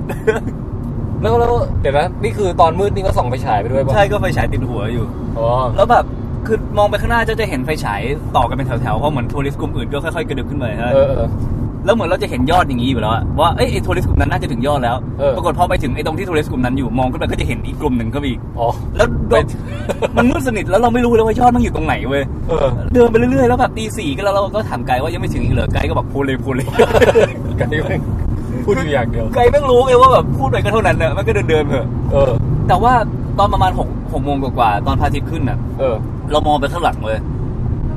แล้วแล้วเดี๋ยวนะนี่คือตอนมืดนี่ก็ส่องไฟฉายไปด้วยป่ะ
ใช่ก็ไฟฉายติดหัวอยู่
อ๋อ
แล้วแบบคือมองไปข้างหน้าเจ้าจะเห็นไฟฉายต่อกันเป็นแถวๆเพราะเหมือนทัวริสต์กลุ่มอื่นก็ค่อยๆกระดึบขึ้นไปฮะ
เออเออ
แล้วเหมือนเราจะเห็นยอดอย่างนี้อยู่แล้วอะว่าเอ้ยไอ้ทัวริสต์กลุ่มนั้นน่าจะถึงยอดแล้ว
เออ
ปรากฏพอไปถึงไอ้ตรงที่ทัวริสต์กลุ่มนั้นอยู่มองขึ้นไปก็จะเห็นอีกกลุ่มหนึ่งก็มีอีก
อ๋อ
แล้วดอก
ไป
มันมืดสนิทแล้วเราไม่รู้เลยว่ายอดมันอยู่ตรงไหนเว้ย
เออ
เดินไปเรื่อยๆแล้วแบบตีสี่ก็แล้วเราก็ถามไกด์ว่ายังไม่ถึงอีกเหรอไกด์ก็บอกพูดเลยพูดเลย
ไกด์แม่งพูดอยู่อย่างเดียว
ไกด์แม่งรู้ไงว่าแบบพูดไปก็เท่านั้นเนอะมันก็เดินเดินๆเถอะ
เออ
แต่ว่าตอนประมาณหกหกโมงกว่าๆตอนพระอาทิตย์ขึ้นน่ะ
เออ
เรามองไปข้างหลังเลย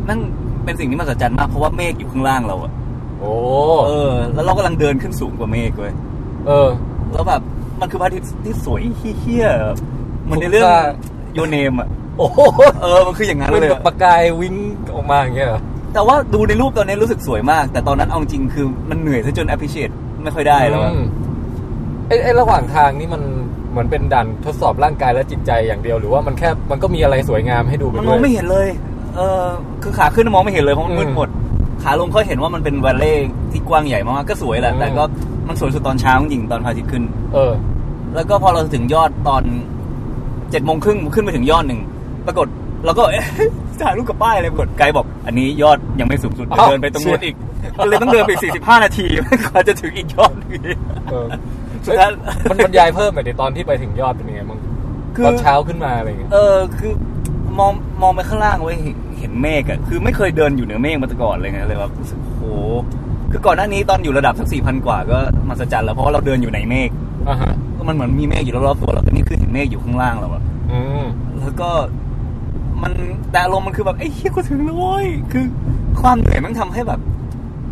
นั่นเป็นสิ่งที่มหัศจรรย์มากเพราะว่าเมฆอยู่ข้างล่างเราอะ
โอ้
เออ แล้วเรากำลังเดินขึ้นสูงกว่าเมฆเว้ย
เออ
แล้วแบบ มันคือพระอาทิตย์ที่สวยเฮี้ยๆเหมือนในเรื่อง
ผมว่า
โยเนมอ่ะ
โอ้โห
เออมันคืออย่างนั้น
เป็น
เลย
แบบ
อะ
ประกายวิ่งออกมาอย่างเงี้ยเหรอ
แต่ว่าดูในรูปตอนนี้รู้สึกสวยมาก แต่ตอนนั้นเอาจริงคือมันเหนื่อยซะจน appreciate ไม่ค่อยได้แล้วอะ
อืมไอ้ไอ้ระหว่างทางนี่มันเหมือนเป็นด่านทดสอบร่างกายและจิตใจอย่างเดียวหรือว่ามันแค่มันก็มีอะไรสวยงามให้ดูไป
มันม
ด้ว
อย งไม่เห็นเลย เออคือขาขึ้นมองไม่เห็นเลยเพราะมันมืด
อืม
หมด ขาลงก็เห็นว่ามันเป็นวัลเล่ที่กว้างใหญ่มากๆก็สวยแหละ
อืม
แต่ก็มันสวยสุดตอนเช้าจริงๆตอนพระอาทิตย์ขึ้น
เออ
แล้วก็พอเราถึงยอดตอนเจ็ดโมงครึ่งขึ้นไปถึงยอดหนึ่งปรากฏเราก็เอ๊ะ (laughs) ถ่ายรูปกับป้ายเลยปรากฏไกด์บอก อันนี้ยอดยังไม่สูงสุดเดี๋ยว
อ้าว
เดินไปตรงนู้น
เชี่ย
อีกก็เลยต้องเดินไปสี่สิบห้านาทีกว่าจะถึงอีกยอดหนึง
เออ
สุดท้าย
มันบรรยายเพิ่มหน่อยดิตอนที่ไปถึงยอดเป็นยังไงบ้าง
คื
ตอนเช้าขึ้นมาอะไรเงี้ย
เออคือมองมองไปข้างล่างไว้ยเห็นเห็นเมฆอะคือไม่เคยเดินอยู่เหนือเมฆมาแต่ก่อนเลยไงเลยแบบรู้สึกโหคือก่อนหน้านี้ตอนอยู่ระดับสักสี่พันกว่าก็มหัศจรรย์แล้วเพราะว่าเราเดินอยู่ในเมฆ
อ่าฮะ
มันเหมือนมีเมฆอยู่รอบๆตัวเราแต่นี่คือเห็นเมฆอยู่ข้างล่างเราอะ
อืม
แล้วก็มันแต่อารมณ์มันคือแบบไอ้ยเฮียกูถึงแล้วเว้ยคือความเหนื่อยมันทำให้แบบ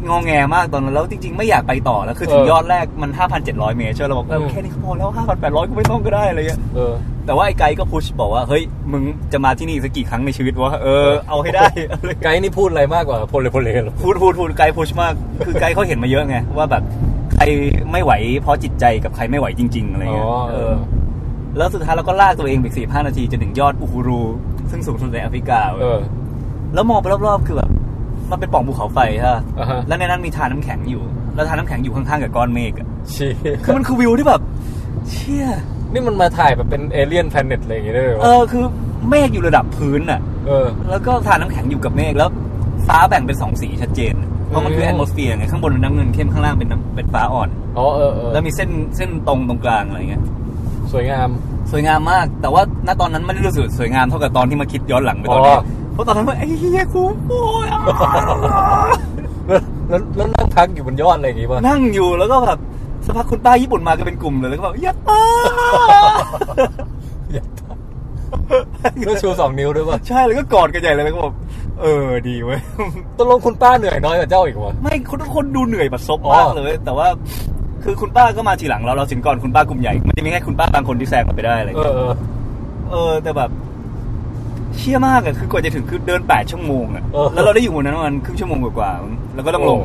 งอแงมากตอนนั้นแล้วจริง ๆ ไม่อยากไปต่อแล้วคือถึง
เออย
อดแรกมัน 5,700 เมตรใช่ไหมเราบอกเออ
อืม
แค่นี้ก็พอแล้ว 5,800 ก็ไม่ต้องก็ได้อะไรเงี้ย
เออ
แต่ว่าไอ้ไกด์ก็พุชบอกว่า เฮ้ย มึงจะมาที่นี่สักกี่ครั้งในชีวิตวะเออเอาให้ได้ (laughs) อะไร
ไกด์นี่พูดอะไรมากกว่าโพลเลยโพลเลยเหรอ
พูดพูดพูดไกด์พุชมาก คือไกด์เขาเห็นมาเยอะไงว่าแบบใครไม่ไหวเพราะจิตใจกับใครไม่ไหวจริง ๆอะไร
อ๋อ
เงี้ย
เอ
เอ
อ
อ แล้วสุดท้ายเราก็ลากตัวเองไปสี่ห้านาทีจนถึงยอดอูฮูรู ซึ่งสูงสุดในแอฟริกาเว้ย
เออ
แล้วมองไปรอบๆคือแบบมันเป็นปล่องภูเขาไฟฮะ
อ่าฮะ
แล้วในนั้นมีทานน้ำแข็งอยู่ แล้วทานน้ำแข็งอยู่ข้างๆกับก้อนเมฆอะ
ชี
คือมันคือวิวที่แบบ เชี่ย
นี่มันมาถ่ายแบบเป็นเอเลี่ยนแพลเน็ตอะไรอย่างเงี้ยด้วยเหรอ
เออคือเมฆอยู่ระดับพื้นน่ะ
เออ
แล้วก็ทานน้ำแข็งอยู่กับเมฆแล้วฟ้าแบ่งเป็นสองสีชัดเจนเพราะมันคือ
อื
แอ
ม
ตโมสเฟียร์ไงข้างบนเป็นน้ำเงินเข้มข้างล่างเป็นน้ำเป็นฟ้าอ่อน
อ๋อเออเออ
แล้วมีเส้นเส้นตรงตรงกลางอะไรเงี้ย
สวยงาม
สวยงามมาก แต่ว่าณตอนนั้นไม่ได้รู้สึกสวยงามเท่ากับตอนที่มาคิดย้อนหลังไปตอนนี้
อ๋อ
เพราะตอนนั้นว่าไอ้เฮียกูโอ้ยอ่ะ
แล้วแล้วแล้วนั่งพักอยู่บนยอดอะไรอย่างงี้ป่ะ
(laughs) นั่งอยู่แล้วก็แบบสักพักคุณป้าญี่ปุ่นมาก็เป็นกลุ่มเลยแล้วก็แบบยัตตา (laughs)
แล้วชูสองนิ้วด้วยป่ะ
ใช่แล้วก็กอดกันใหญ่เลยแล้วก็บอกเออดีเว้ย (laughs)
ตกลงคุณป้าเหนื่อยน้อยกว่าเจ้าอีกวะ
ไม่คนทุกคนดูเหนื่อยบัดซบมาก
อ๋อ
เลย แต่ว่าคือคุณป้าก็มาทีหลังเราเราถึงก่อนคุณป้ากลุ่มใหญ่มันจะมีแค่คุณป้าบางคนที่แซงเราไปได้อะไรอย่าง
เอ
เงี้ย
อเออ
เออแต่แบบเชี่ยมากอะคือกว่าจะถึงคือเดินแปดชั่วโมงอะ
เออ
แล้วเราได้อยู่บนนั้นประมันครึ่งชั่วโมงกว่าๆแล้วก็ต้องลง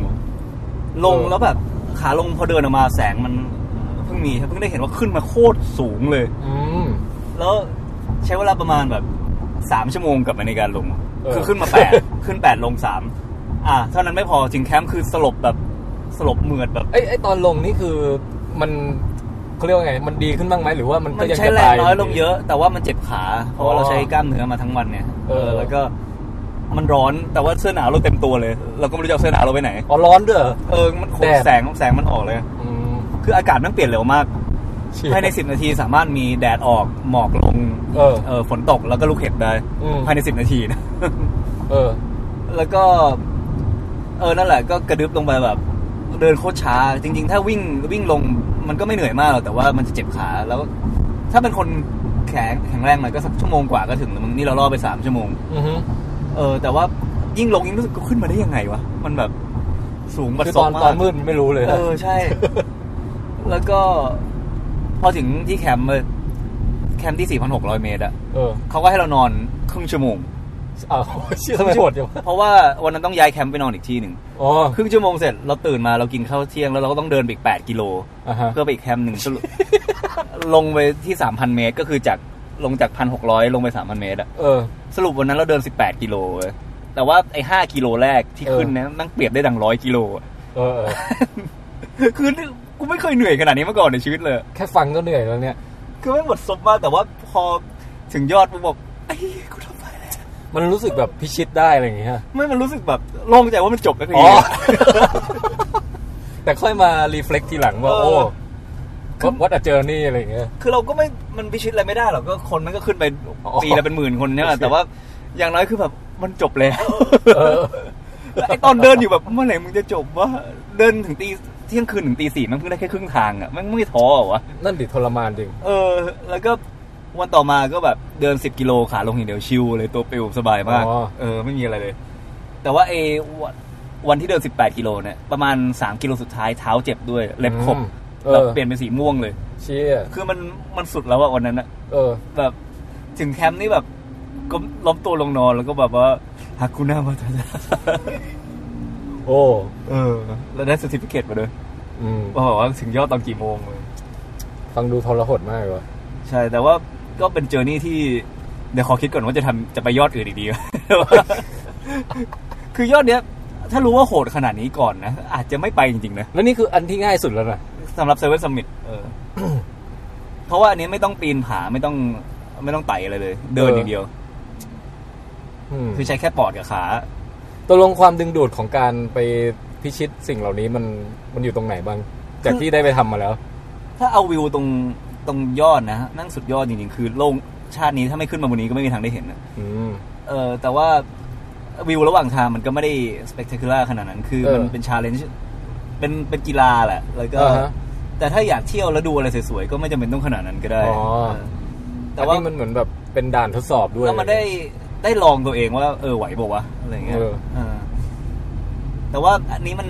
ลง
เออ
แล้วแบบขาลงพอเดินออกมาแสงมันเพิ่งมีครับเพิ่งได้เห็นว่าขึ้นมาโคตรสูงเลย
อืม
แล้วใช้เวลาประมาณแบบสามชั่วโมงกับมันในการลง
เออ
คือขึ้นมาแป
(laughs)
ด ขึ้นแปดลงสามอ่ะเท่านั้นไม่พอถึงแคมป์คือสลบแบบสลบเหมือดแบบ
ไอ้ไอ้ตอนลงนี่คือมันเขาเรียกว่าไง มันดีขึ้นบ้างไหมหรือว่ามัน
มั
ก็
น
ยัง
ใช้
จะ
แรง
ตาย
น้อยลงเยอะ แต่ว่ามันเจ็บขาเพราะว่า
อ๋อ
เราใช้กล้ามเนื้อมาทั้งวันเนี่ย
เออ
แล้วก็มันร้อนแต่ว่าเสื้อหนาวเราเต็มตัวเลย เราก็ไม่รู้จะเอาเสื้อหนาวเราไปไหน
อ๋อร้อนด้วยเหรอ
เออมันโคต
แด
ร
ด
แสงแสงมันออกเลย
อืม
คืออากาศมันเปลี่ยนเร็วมาก ภายใน 10 นาทีสามารถมีแดดออกหมอกลง
เออ
เออฝนตกแล้วก็ลูกเห็บได้
อืม
ภายใน 10 นาทีนะ
เออ
แล้วก็ เออนั่นแหละก็กระดึบลงไปแบบ เดินโคตรช้า จริง ๆ ถ้าวิ่งวิ่งลงมันก็ไม่เหนื่อยมากหรอกแต่ว่ามันจะเจ็บขาแล้ว ถ้าเป็นคนแข็งแข็งแรงหน่อยก็สักชั่วโมงกว่าก็ถึงแล้วมึงนี่เราล่อไปสามชั่วโมง
อือฮึ
เออ แต่ว่ายิ่งลงยิ่งรู้สึกกูขึ้นมาได้ยังไงวะมันแบบสูงบัด
คือ
ซ
ต
บ
อน
มาก
ตอนมืดมันไม่รู้เลย
เอ
นะ
อ ใช่ แล้วก็ พอถึงที่แคมป์เลยแคมป์ที่ 4,600 เมตรอะ
เออ
เขาก็ให้เรานอนครึ่งชั่วโมง
อ้าว (laughs) เชื่อทำไมโหดจังวะ
เพราะว่าวันนั้นต้องย้ายแคมป์ไปนอนอีกที่หนึ่ง
อ๋อ
ครึ่งชั่วโมงเสร็จเราตื่นมาเรากินข้าวเที่ยงแล้วเราก็ต้องเดินไปอีก 8 กิโล
อ่าฮะ
เพื่อไปอีกแคมป์หนึ่งสรุป (laughs) ลงไปที่ 3,000 เมตร ก็คือจากลงจาก 1,600 ลงไป 3,000 เมตรอะ
เออ
สรุปวันนั้นเราเดิน 18 กิโลเว้ยแต่ว่าไอ้5กิโลแรกที่
เออ
ขึ้นนะนั่งเปรียบได้ดังร้อยกิโล (laughs) อะ
เออเออ
คือกูไม่เคยเหนื่อยขนาดนี้มาก่อนในชีวิตเลย
แค่ฟังก็เหนื่อยแล้วเนี่ย
คือไม่หมดซบมากแต่ว่าพอถึงยอดมันบอกไอ้ยกูทำไปแล้ว
มันรู้สึกแบบพิชิตได้อะไรอย่างเงี้ย
ไม่มันรู้สึกแบบโล่งใจว่ามันจบแล้วที
อ๋อ
นี้
แต่ค่อยมารีเฟล็กทีหลังว่า
เอ
โอ้
อ
วัดอาเจอนี่อะไรอย่างเงี้ย
คือเราก็ไม่มันพิชิตอะไรไม่ได้หรอกก็คนมันก็ขึ้นไป
อ๋อ
ปีละเป็นหมื่นคนเนี่ยแหละแต่ว่าอย่างน้อยคือแบบมันจบ (laughs) แล้ว
เออ
แล้วไอตอนเดินอยู่แบบเมื่อไหร่มึงจะจบวะเดินถึงตีเที่ยงคืนถึงตีสี่มันเพิ่งได้แค่ครึ่งทางอ่ะมันไม่ท้อเหรอวะ
นั่นดิทรมานจริง
เออ แล้วก็วันต่อมาก็แบบเดินสิบกิโลขาลงอย่างเดียวชิวเลยตัวปิวสบายมาก
อ๋อ
เออ ไม่มีอะไรเลย แต่ว่าไอวันวันที่เดิน 18 กิโลเนี่ยประมาณ 3 กิโลสุดท้ายเท้าเจ็บด้วย เล็บขบ
อืม เออ
แบบเปลี่ยนเป็นสีม่วงเลย
เชี่ย
คือมันมันสุดแล้วอะวันนั้นอะ
เออ
แบบถึงแคมป์นี่แบบก้มล้มตัวลงนอนแล้วก็แบบว่าฮักคุน่ามาตา
โอ้
(laughs) เออ แล้วได้สติฟิเคตมาด้วย
อืม
ว่าแบบว่าถึงยอดตอนกี่โมงเลย
ฟังดูทรหดมากเลยว่ะ
ใช่ แต่ว่าก็เป็นเจอร์นี่ที่ เดี๋ยวขอคิดก่อนว่าจะทำจะไปยอดอื่นอีกดี (laughs) ไหม คือยอดเนี้ย ถ้ารู้ว่าโหดขนาดนี้ก่อนนะ อาจจะไม่ไปจริง ๆ นะ
แล้วนี่คืออันที่ง่ายสุดแล้วนะ
สำหรับเซเว่นสมิธเอ (coughs) อ เพราะว่าอันนี้ไม่ต้องปีนผาไม่ต้องไม่ต้องไต่อะไรเลย เดินอย่างเดียว
อืม
คือใช้แค่ปอดกับขา
ตกลงความดึงดูดของการไปพิชิตสิ่งเหล่านี้มันมันอยู่ตรงไหนบ้าง จากที่ได้ไปทำมาแล้ว
ถ้าเอาวิวตรงตรงยอดนะนั่งสุดยอดจริงๆ คือโลกชาตินี้ถ้าไม่ขึ้นมาบนนี้ก็ไม่มีทางได้เห็นนะ
อืม
เออแต่ว่าวิวระหว่างทางมันก็ไม่ได้สเปก t ค c ล่าขนาดนั้น คือ
เออ
มันเป็นชาเลนจ์เป็นเป็นกีฬาแหละ แล้วก็
อ่าฮะ
แต่ถ้าอยากเที่ยวแล้วดูอะไรสวยๆ ก็ไม่จำเป็นต้องขนาดนั้นก็ได้
อ๋อ
เออ
แต่
แต่
ว่า
ว่า
มันเหมือนแบบเป็นด่านทดสอบด้วย
ก็มาได้ได้ลองตัวเองว่า เออไหวบอกว่าวะอะไรเงี้ย
เออ
เออแต่ว่าอันนี้มัน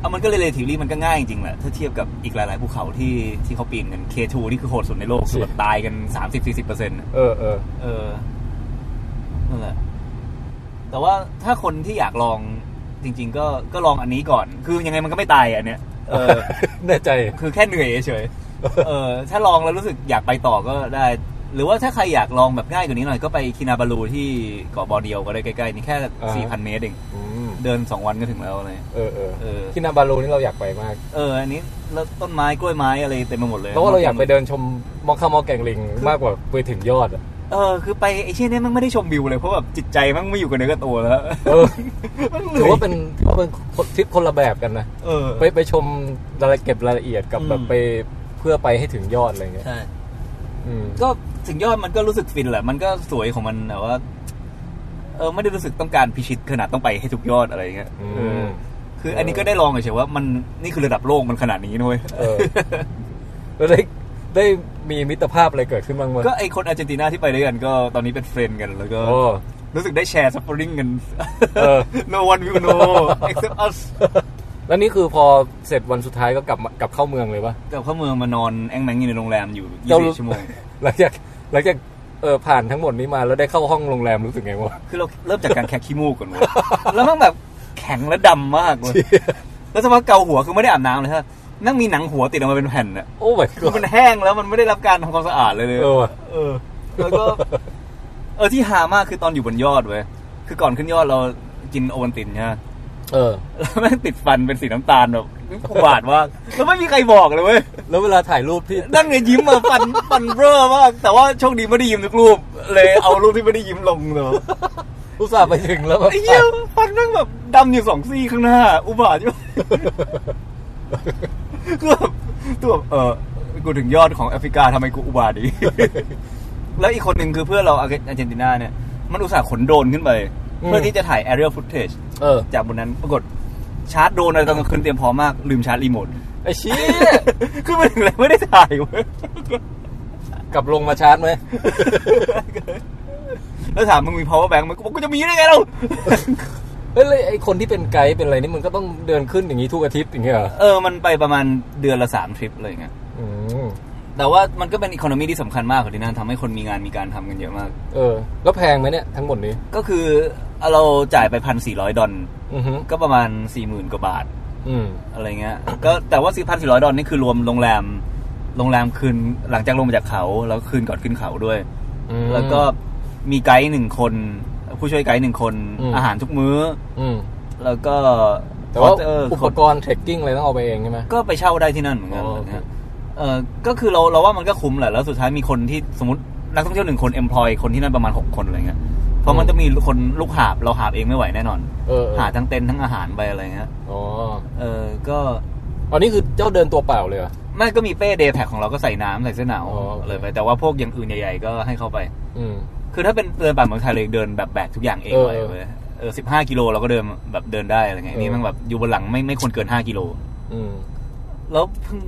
เอามันก็เลยเลยถิวลี่มันก็ง่ายจริงๆแหละถ้าเทียบกับอีกหลายๆภูเขาที่ที่เขาปีนกัน K2 นี่คือโหดสุดในโลกคือแบบตายกันสามสิบสี่สิบเปอร์เซ็นต์
เออเออ
เออนั่นแหละ แต่ว่าถ้าคนที่อยากลองจริง ๆ ก็ก็ลองอันนี้ก่อน คือยังไงมันก็ไม่ตายอันเนี้ยเออ
(laughs) แน่ใจ
คือแค่เหนื่อยเฉยๆเออ ถ้าลองแล้วรู้สึกอยากไปต่อก็ได้ หรือว่าถ้าใครอยากลองแบบง่ายกว่านี้หน่อยก็ไปคินาบาลูที่เกาะบอร์เดียวก็ได้ใกล้ๆนี่แค่
อ่า
สี่พันเมตรเอง
อืม
เดินสองวันก็ถึงแล้วเลย
เออเออ
เออ
ที่นาบารูนี่เราอยากไปมาก
เออ อันนี้แล้วต้นไม้กล้วยไม้อะไรเต็มไปหมดเลย
เพราะว่าเราอยากไปเดินชมมองข้ามมองแกงลิงมากกว่าไปถึงยอดอะ
เออ คือไปไอ้เช่นนี้มันไม่ได้ชมวิวเลยเพราะแบบจิตใจมันไม่อยู่กับเนื้อกับตัวแล้ว
เออถือว่าเป็นถือว่าเป็นทริปคนละแบบกันนะ
เออ
ไปไปชมรายละเก็บรายละเอียดกับ
อืม
แบบไปเพื่อไปให้ถึงยอดอะไรเงี้ย
ใช่
อืม
ก็ถึงยอดมันก็รู้สึกฟินแหละ มันก็สวยของมันแต่ว่า เออไม่ได้รู้สึกต้องการพิชิตขนาดต้องไปให้ทุกยอดอะไรอย่างเงี้ยเอ
อื
อ
ม
คืออันนี้ก็ได้ลองเฉยๆว่ามันนี่คือระดับโลกมันขนาดนี้นะเว้ย
เออ (laughs) แล้วได้ได้มีมิตรภาพอะไรเกิดขึ้นบ้างมั้ย
ก็ไอคนอาร์เจนตินาที่ไปด้วยกันก็ตอนนี้เป็นเฟรนด์กันแล้วก็
โอ้
รู้สึกได้แชร์ซัพพอร์ติ้งกัน
เออ
(laughs) no one will know except us
แล้วนี่คือพอเสร็จวันสุดท้ายก็กลับมากลับเข้าเมืองเลยปะ
แต่เข้าเมืองมานอนแองแมงอยู่ในโรงแรมอยู่
เรารู้
24ชั่วโมง
หลังจากหลังจากเออผ่านทั้งหมดนี้มาแล้วได้เข้าห้องโรงแรมรู้สึกไงวะ
คือเราเริ่มจากการแคะขี้มูกก่อนเว้ย (laughs) แล้วมันแบบแข็งและดำมากเลยแล้วสภาพกเกาหัวคือไม่ได้อาบน้ำเลยฮะนั่งมีหนังหัวติดออกมาเป็นแผ่นอะ
โอ้ my
คือ
god
มันแห้งแล้วมันไม่ได้รับการทำความสะอาดเลยเลย
เออว่ะ
เออ แล้วก็ (laughs) เออที่หามากคือตอนอยู่บนยอดเว้ย คือก่อนขึ้นยอดเรากินโอวัลตินใช่ไหม (laughs)
เออ
แล้วแม่งติดฟันเป็นสีน้ำตาลแบบอุบาทมากแล้วไม่มีใครบอกเลยเว้ย
แล้วเวลาถ่ายรูปที่
นั่งเนี่ยยิ้มมาฟันฟันเบ้อมาก แต่ว่าโชคดีไม่ได้ยิ้มทุกรูป เลยเอารูปที่ไม่ได้ยิ้มลงเลย
อุตส่าห์ไปถึงแล้วแบบ
ไอ้เหี้ยฟันแม่งแบบดำอยู่สองซี่ข้างหน้า อุบาทอยู่ คือแบบตัวแบบเออกูถึงยอดของแอฟริกาทำไมกูอุบาทดี (laughs) แล้วอีกคนหนึ่งคือเพื่อนเราอาร์เจนตินาเนี่ย มันอุตส่าห์ขนโดรนขึ้นไป เพื่อที่จะถ่าย aerial footage
เออ
จากบนนั้นปรากฏชาร์จโดรนอะไรตอนกลางคืนเตรียมพร้อมมาก ลืมชาร์จรีโมท
ไอ้เชี้
(laughs) คือมันถึงเลยไม่ได้ถ่ายเว้ย
กลับลงมาชาร์จไหม
แล้วถามมึงมี power bank ไหมันกูบอกกูจะมีได้ไงเรา (laughs)
เฮ้ยแล้วไอ้คนที่เป็นไกด์เป็นอะไรนี่มันก็ต้องเดินขึ้นอย่างนี้ทุกอาทิตย์อย่างเงี้ยเหรอ
เออมันไปประมาณเดือนละสามทริปเลยไงย
อืม
แต่ว่ามันก็เป็นอีโคโนมีที่สำคัญมากของที่นั่นทำให้คนมีงานมีการทำกันเยอะมาก
เออ แล้วแพงไหมเนี่ยทั้งหมดนี้
ก็คือเราจ่ายไปพันสี่ร้อยดอล
อือฮึ
ก็ประมาณสี่หมื่นกว่าบาท
อืม
อะไรเงี้ย ก็แต่ว่าสี่พันสี่ร้อยดอลนี่คือรวมโรงแรมโรงแรมคืนหลังจากลงมาจากเขาแล้วคืนก่อนขึ้นเขาด้วย
อืม
แล้วก็มีไกด์หนึ่งคน ผู้ช่วยไกด์หนึ่งคน
อืม
อาหารทุกมื้อ
อืม
แล้วก็
แต่ว่า
เคน์เตอร์
อุปกรณ์เทรคกิ้งอะไรต้องเอาไปเองใช่ไหม
ก็ไปเช่าได้ที่นั่นเหมือนกัน
อ๋อ
นะฮะเออก็คือเราเราว่ามันก็คุ้มแหละ แล้วสุดท้ายมีคนที่สมมตินักท่องเที่ยวหนึ่งคน employ คนที่นั่นประมาณ 6 คนอะไรเงี้ย เพราะมันจะมีคนลูกหาบเราหาบเองไม่ไหวแน่นอน
เออเออ
หาทั้งเต็นท์ทั้งอาหารไปอะไรเงี้ย
อ๋อ
เออ ก็
อันนี้คือเจ้าเดินตัวเปล่าเลยเหรอ
ไม่ก็มีเป้เดย์แพคของเราก็ใส่น้ำใส่เสื้อหนาว
อ๋อ
เลยไป แต่ว่าพวกอย่างอื่นใหญ่ๆก็ให้เข้าไป
อืม
คือถ้าเป็นเดินป่าเมืองไทยเลยเดินแบบแบกทุกอย่างเอง
เออ
ไปเว้ยเออสิบห้ากิโลเราก็เดินแบบเดินได้อะไรเงี้ย
เออ
นี่มันแบบอยู่บนหลังไม่ไม่ควรเกินห้ากิโล
อืม
แล้วเพิ่ง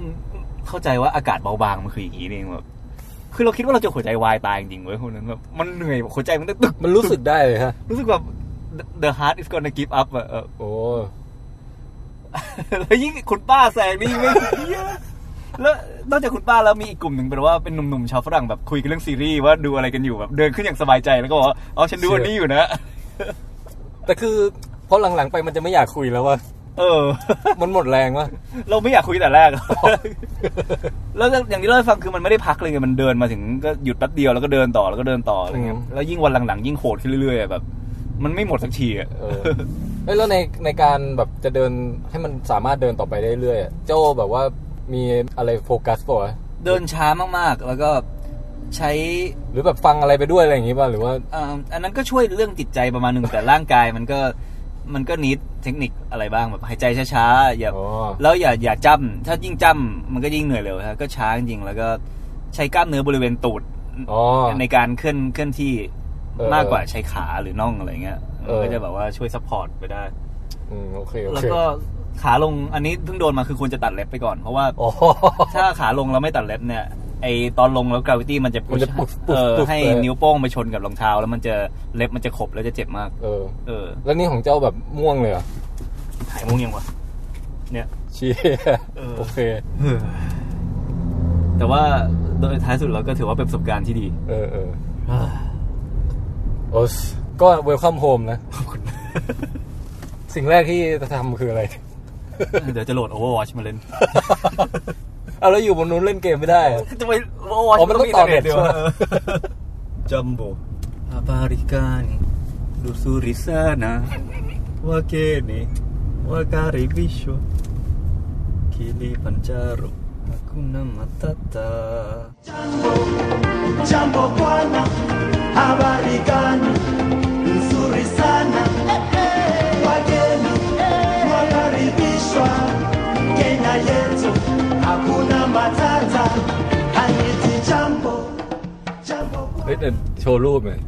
เข้าใจว่าอากาศเบาบางมันคืออย่างนี้นี่เองแบบคือเราคิดว่าเราจะหัวใจวายตายจริงๆเว้ยคนนั้นแบบมันเหนื่อยหัวใจมันตึกตึก
มันรู้สึกได้เลยฮะ
รู้สึกแบบ the heart is gonna give up อะเออ
โอ้
(laughs) แล้วยิ่งคุณป้าแซงนี่ยิ่งไม่เหี้ยแล้วนอกจากคุณป้าแล้วมีอีกกลุ่มหนึ่งเป็นว่าเป็นหนุ่มๆชาวฝรั่งแบบคุยกันเรื่องซีรีส์ว่าดูอะไรกันอยู่แบบเดินขึ้นอย่างสบายใจแล้วก็บอกว่าอ๋อฉันดูอันนี้อยู่นะ
แต่คือพอหลังๆไปมันจะไม่อยากคุยแล้วว่า
เออ
มันหมดแรงวะ
เราไม่อยากคุยแต่แรก (laughs) แล้วอย่างที่เล่าให้ฟังคือมันไม่ได้พักเลยไงมันเดินมาถึงก็หยุดแป๊บเดียวแล้วก็เดินต่อแล้วก็เดินต่ออะไรเงี้ย
อืม
แล้วยิ่งวันหลังๆยิ่งโหดขึ้นเรื่อยๆอะแบบ มันไม่หมดสักทีอะ
เออเอ้ยแล้วในในการแบบจะเดินให้มันสามารถเดินต่อไปได้เรื่อยๆอะเจ้าแบบว่ามีอะไรโฟกัสป่ะวะ
เดินช้ามากๆ แล้วก็ใช้
หรือแบบฟังอะไรไปด้วยอะไรอย่างงี้ป่ะหรือว่า
เอ่ออันนั้นก็ช่วยเรื่องจิตใจประมาณหนึ่งแต่ร่างกายมันก็มันก็นิดเทคนิคอะไรบ้างแบบหายใจช้าๆอย่า
อ๋อ
แล้วอย่าอย่าจ้ำถ้ายิ่งจ้ำมันก็ยิ่งเหนื่อยเร็วฮะก็ช้าจริงๆแล้วก็ใช้กล้ามเนื้อบริเวณตูด
อ๋อ
ในการเคลื่อนเคลื่อนที่
เออ
มากกว่าใช้ขาหรือน่องอะไรเงี้ย
เอ
มัน
อ
ก็จะแบบว่าช่วยซัพพอร์ตไปได้
อืมโอเคโอ
แล้ว
เค
ก็ขาลงอันนี้เพิ่งโดนมาคือควรจะตัดเล็บไปก่อน เพราะว่า
อ๋อ
ถ้าขาลงแล้วไม่ตัดเล็บเนี่ยไอตอนลงแล้วกราวิตี้มันจะ push
มันจะปุ๊บปุ๊บ
เออ
ปุ๊บ
ให้
เลย
นิ้วโป้งไปชนกับรองเท้า แล้วมันจะเล็บมันจะขบแล้วจะเจ็บมาก
เออ
เออ
แล้วนี่ของเจ้าแบบม่วงเลยเหรอ่ะ
หายมุ้งยังวะเนี่ย
เชี่ย
เออ
โอเค
แต่ว่าโดยท้ายสุดเราก็ถือว่าเป็นประสบการณ์ที่ดี (laughs)
เออเอ (sighs) อโอสก็เวลคัมโฮมนะ สิ่งแรกที่จะทำคืออะไร
เดี๋ยวจะโหลด Overwatch มาเล่น
เอาแล้วอยู่บนนู้นเล่นเกมไม่ได้อะ
ทำไม Overwatch
อ๋อมันต้องต่อเน็ต
มีวะ
จัมโบ
อาบาริกานี่ดูซูริซานะ
ว่าเกนี่ว่าการิบิชัวคิริปัญจารุ
อากุนามาตาตา
Jambo, jambo bwana, habari gani? Nzuri sana wageni, wakaribishwa Kenya yetu, hakuna matata. Haniti jambo, jambo
เฮ้ยแต่โชว์รูปหน่อย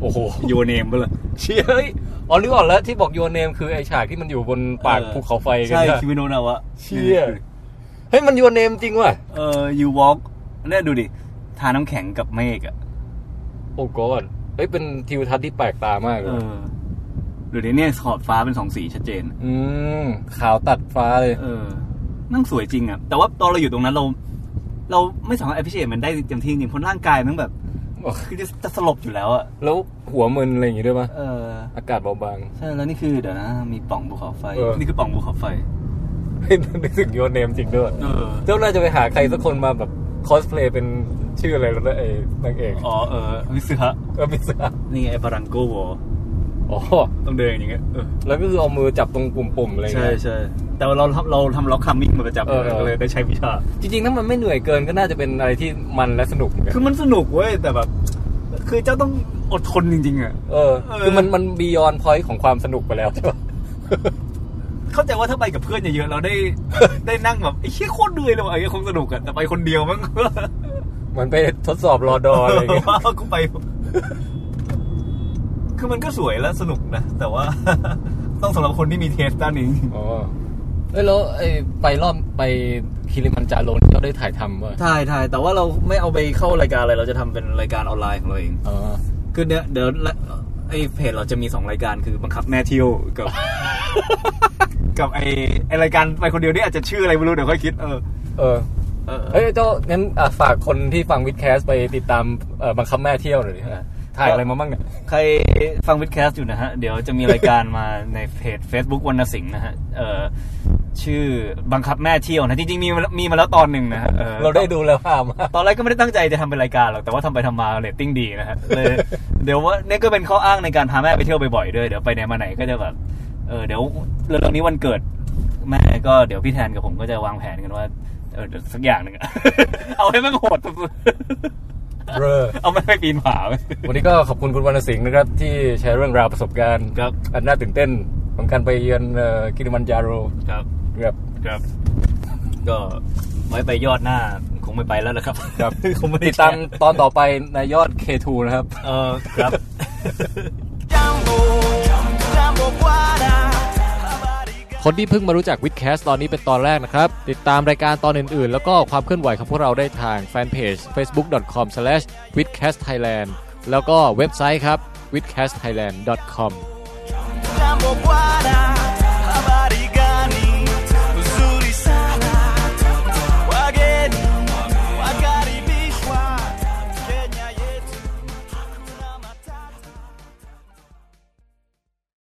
โอ้โห
โยเนมไปเลย
เชี่ยเฮ้ยอ๋อนึกออกแล้วที่บอกโยเนมคือไอฉากที่มันอยู่บน (laughs) ปากภูเขาไฟกัน
ใช่
เนี่ย
คิมิโนะนาวะ
เชี่ยเฮ้ยมันโยเนมจริงว่ะ
เออยูวอล์กเนี่ยดูดิ ทาน้ำแข็งกับเมฆอ่ะ
โอ้กอดเฮ้ยเป็นทิวทัศน์ที่แปลกตามากเล
เอย อดูดิเนี่ยขอบฟ้าเป็นสองสีชัดเจน
อืมขาวตัดฟ้าเลย
เออนั่งสวยจริงอ่ะ แต่ว่าตอนเราอยู่ตรงนั้นเรา เราไม่สามารถ appreciate มันได้เต็มที่จริงเพราะร่างกายมันแบบ คือจะจะสลบอยู่แล้วอ่ะ
แล้วหัวมึนอะไรอย่างงี้ด้วยปะ
เออ
อากาศเบาบาง (laughs)
ใช่แล้วนี่คือเดี๋ยวนะมีปล่องภูเขาไฟ
เออ
นี่คือปล่องภูเขาไฟ
เฮ้ยนึกถึงโยเนมจริงด้วย
เออ
เจ้าน่าจะไปหาใครสักคนมาแบบคอสเพลย์เป็นชื่ออะไรแล้วนะไอ้นางเอก
อ๋อเออวิศะ
ก็ไม่ทราบ
นี่ไงไอ้บารังโกวอ
อ๋อ
ต้องเดินอย่างเงี้ยเออ
แล้วก็คือเอามือจับตรงปุ่มปุ่มๆอะไรอย่าง
ใช่
เงี้ย
ใช่แต่ว่าเราทำเราทำล็อกคัมมิ่งมาประจำ
เออเออ
ก็เลยได้ใช้วิชา
จริงๆถ้ามันไม่เหนื่อยเกินก็น่าจะเป็นอะไรที่มันและสนุกเหมือนกัน
คือมันสนุกเว้ย แต่แบบ คือเจ้าต้องอดทนจริง ๆ อ่ะ
เออ คือมันมันบียอนพอยต์ของความสนุกไปแล้ว (laughs) ใช่ปะ
เข้าใจว่าถ้าไปกับเพื่อนเยอะๆเราได้ (laughs) ได้นั่งแบบไอ้เหี้ยโคตรเหนื่อยเลยว่ะไอ้เหี้ยคงสนุกอ่ะแต่ไปคนเดียว (laughs) มั้ง
เหมันไปทดสอบรอดออะไรอย่างเงี้ย
ว่ากูไป คือมันก็สวยและสนุกนะแต่ว่า (laughs) ต้องสำหรับคนที่มีเทสด้านนี้จริง
อ๋อเอ้ยแล้วไอ้ไปรอบไปคิริมันจาโรนี่เราได้ถ่ายทำป่ะ
ๆถ่ายถ่ายแต่ว่าเราไม่เอาไปเข้ารายการอะไรเราจะทำเป็นรายการออนไลน์ของเราเอง
อ๋อ
คือเนี่ยเดี๋ยวละไอเพจเราจะมีสองรายการคือบังคับแม่เที่ยวกับ (laughs) กับไอไอรายการไปคนเดียวนี่อาจจะชื่ออะไรไม่รู้เดี๋ยวค่อยคิดเออ
เออ
เออเอ
เฮ้ย
อ
เจ้างั้นอ่ะฝากคนที่ฟังวิดแคสไปติดตามเอ่อบังคับแม่เที่ยวหน่อยดิ
เออ
ถ่ายอะไรมาบ้างเนี่ย
ใครฟังวิดแคสต์อยู่นะฮะ เดี๋ยวจะมีรายการมาในเพจ Facebook วรรณสิงห์นะฮะเออชื่อบังคับแม่เที่ยวนะจริงๆมีมาแล้วมีมาแล้วตอนหนึ่งนะฮะออ
เราได้ดูแล้วภาพมา
ตอนแรกก็ไม่ได้ตั้งใจจะทำเป็นรายการหรอก แต่ว่าทำไปทำมาเรตติ้งดีนะฮะเลยเดี๋ยวว่าเนี่ยก็เป็นข้ออ้างในการพาแม่ไปเที่ยวบ่อยๆด้วย เดี๋ยวไปไหนมาไหนก็จะแบบ เออเดี๋ยวเร็วๆนี้วันเกิด แม่ก็เดี๋ยวพี่แทนกับผมก็จะวางแผนกันว่า เออเดี๋ยวสักอย่างหนึ่งอะ (laughs) เอาให้แม่งโหดสุด
เรอ
ๆเอาไม่ให้ปีนผาไป
วันนี้ก็ขอบคุณคุณวรรณสิงห์นะครับที่แชร์เรื่องราวประสบการณ์
ครับ
อันน่าตื่นเต้นของการไปเยือนเอ่อคิริมันจาโร
ครับ
ครับ
ครับ ก็ไว้ไปยอดหน้าคงไม่ไปแล้วละครับ
ครับ
คงไม่ได้
ติดตามตอนต่อไปในยอด K2 นะครับ
เออครับ
jambo, jambo bwana, habari gani?
คนที่เพิ่งมารู้จักวิดแคสตอนนี้เป็นตอนแรกนะครับ ติดตามรายการตอนอื่นๆ แล้วก็ความเคลื่อนไหวของพวกเราได้ทางแฟนเพจ facebook.com/withcastthailand แล้วก็เว็บไซต์ครับ withcastthailand.com
jambo bwana,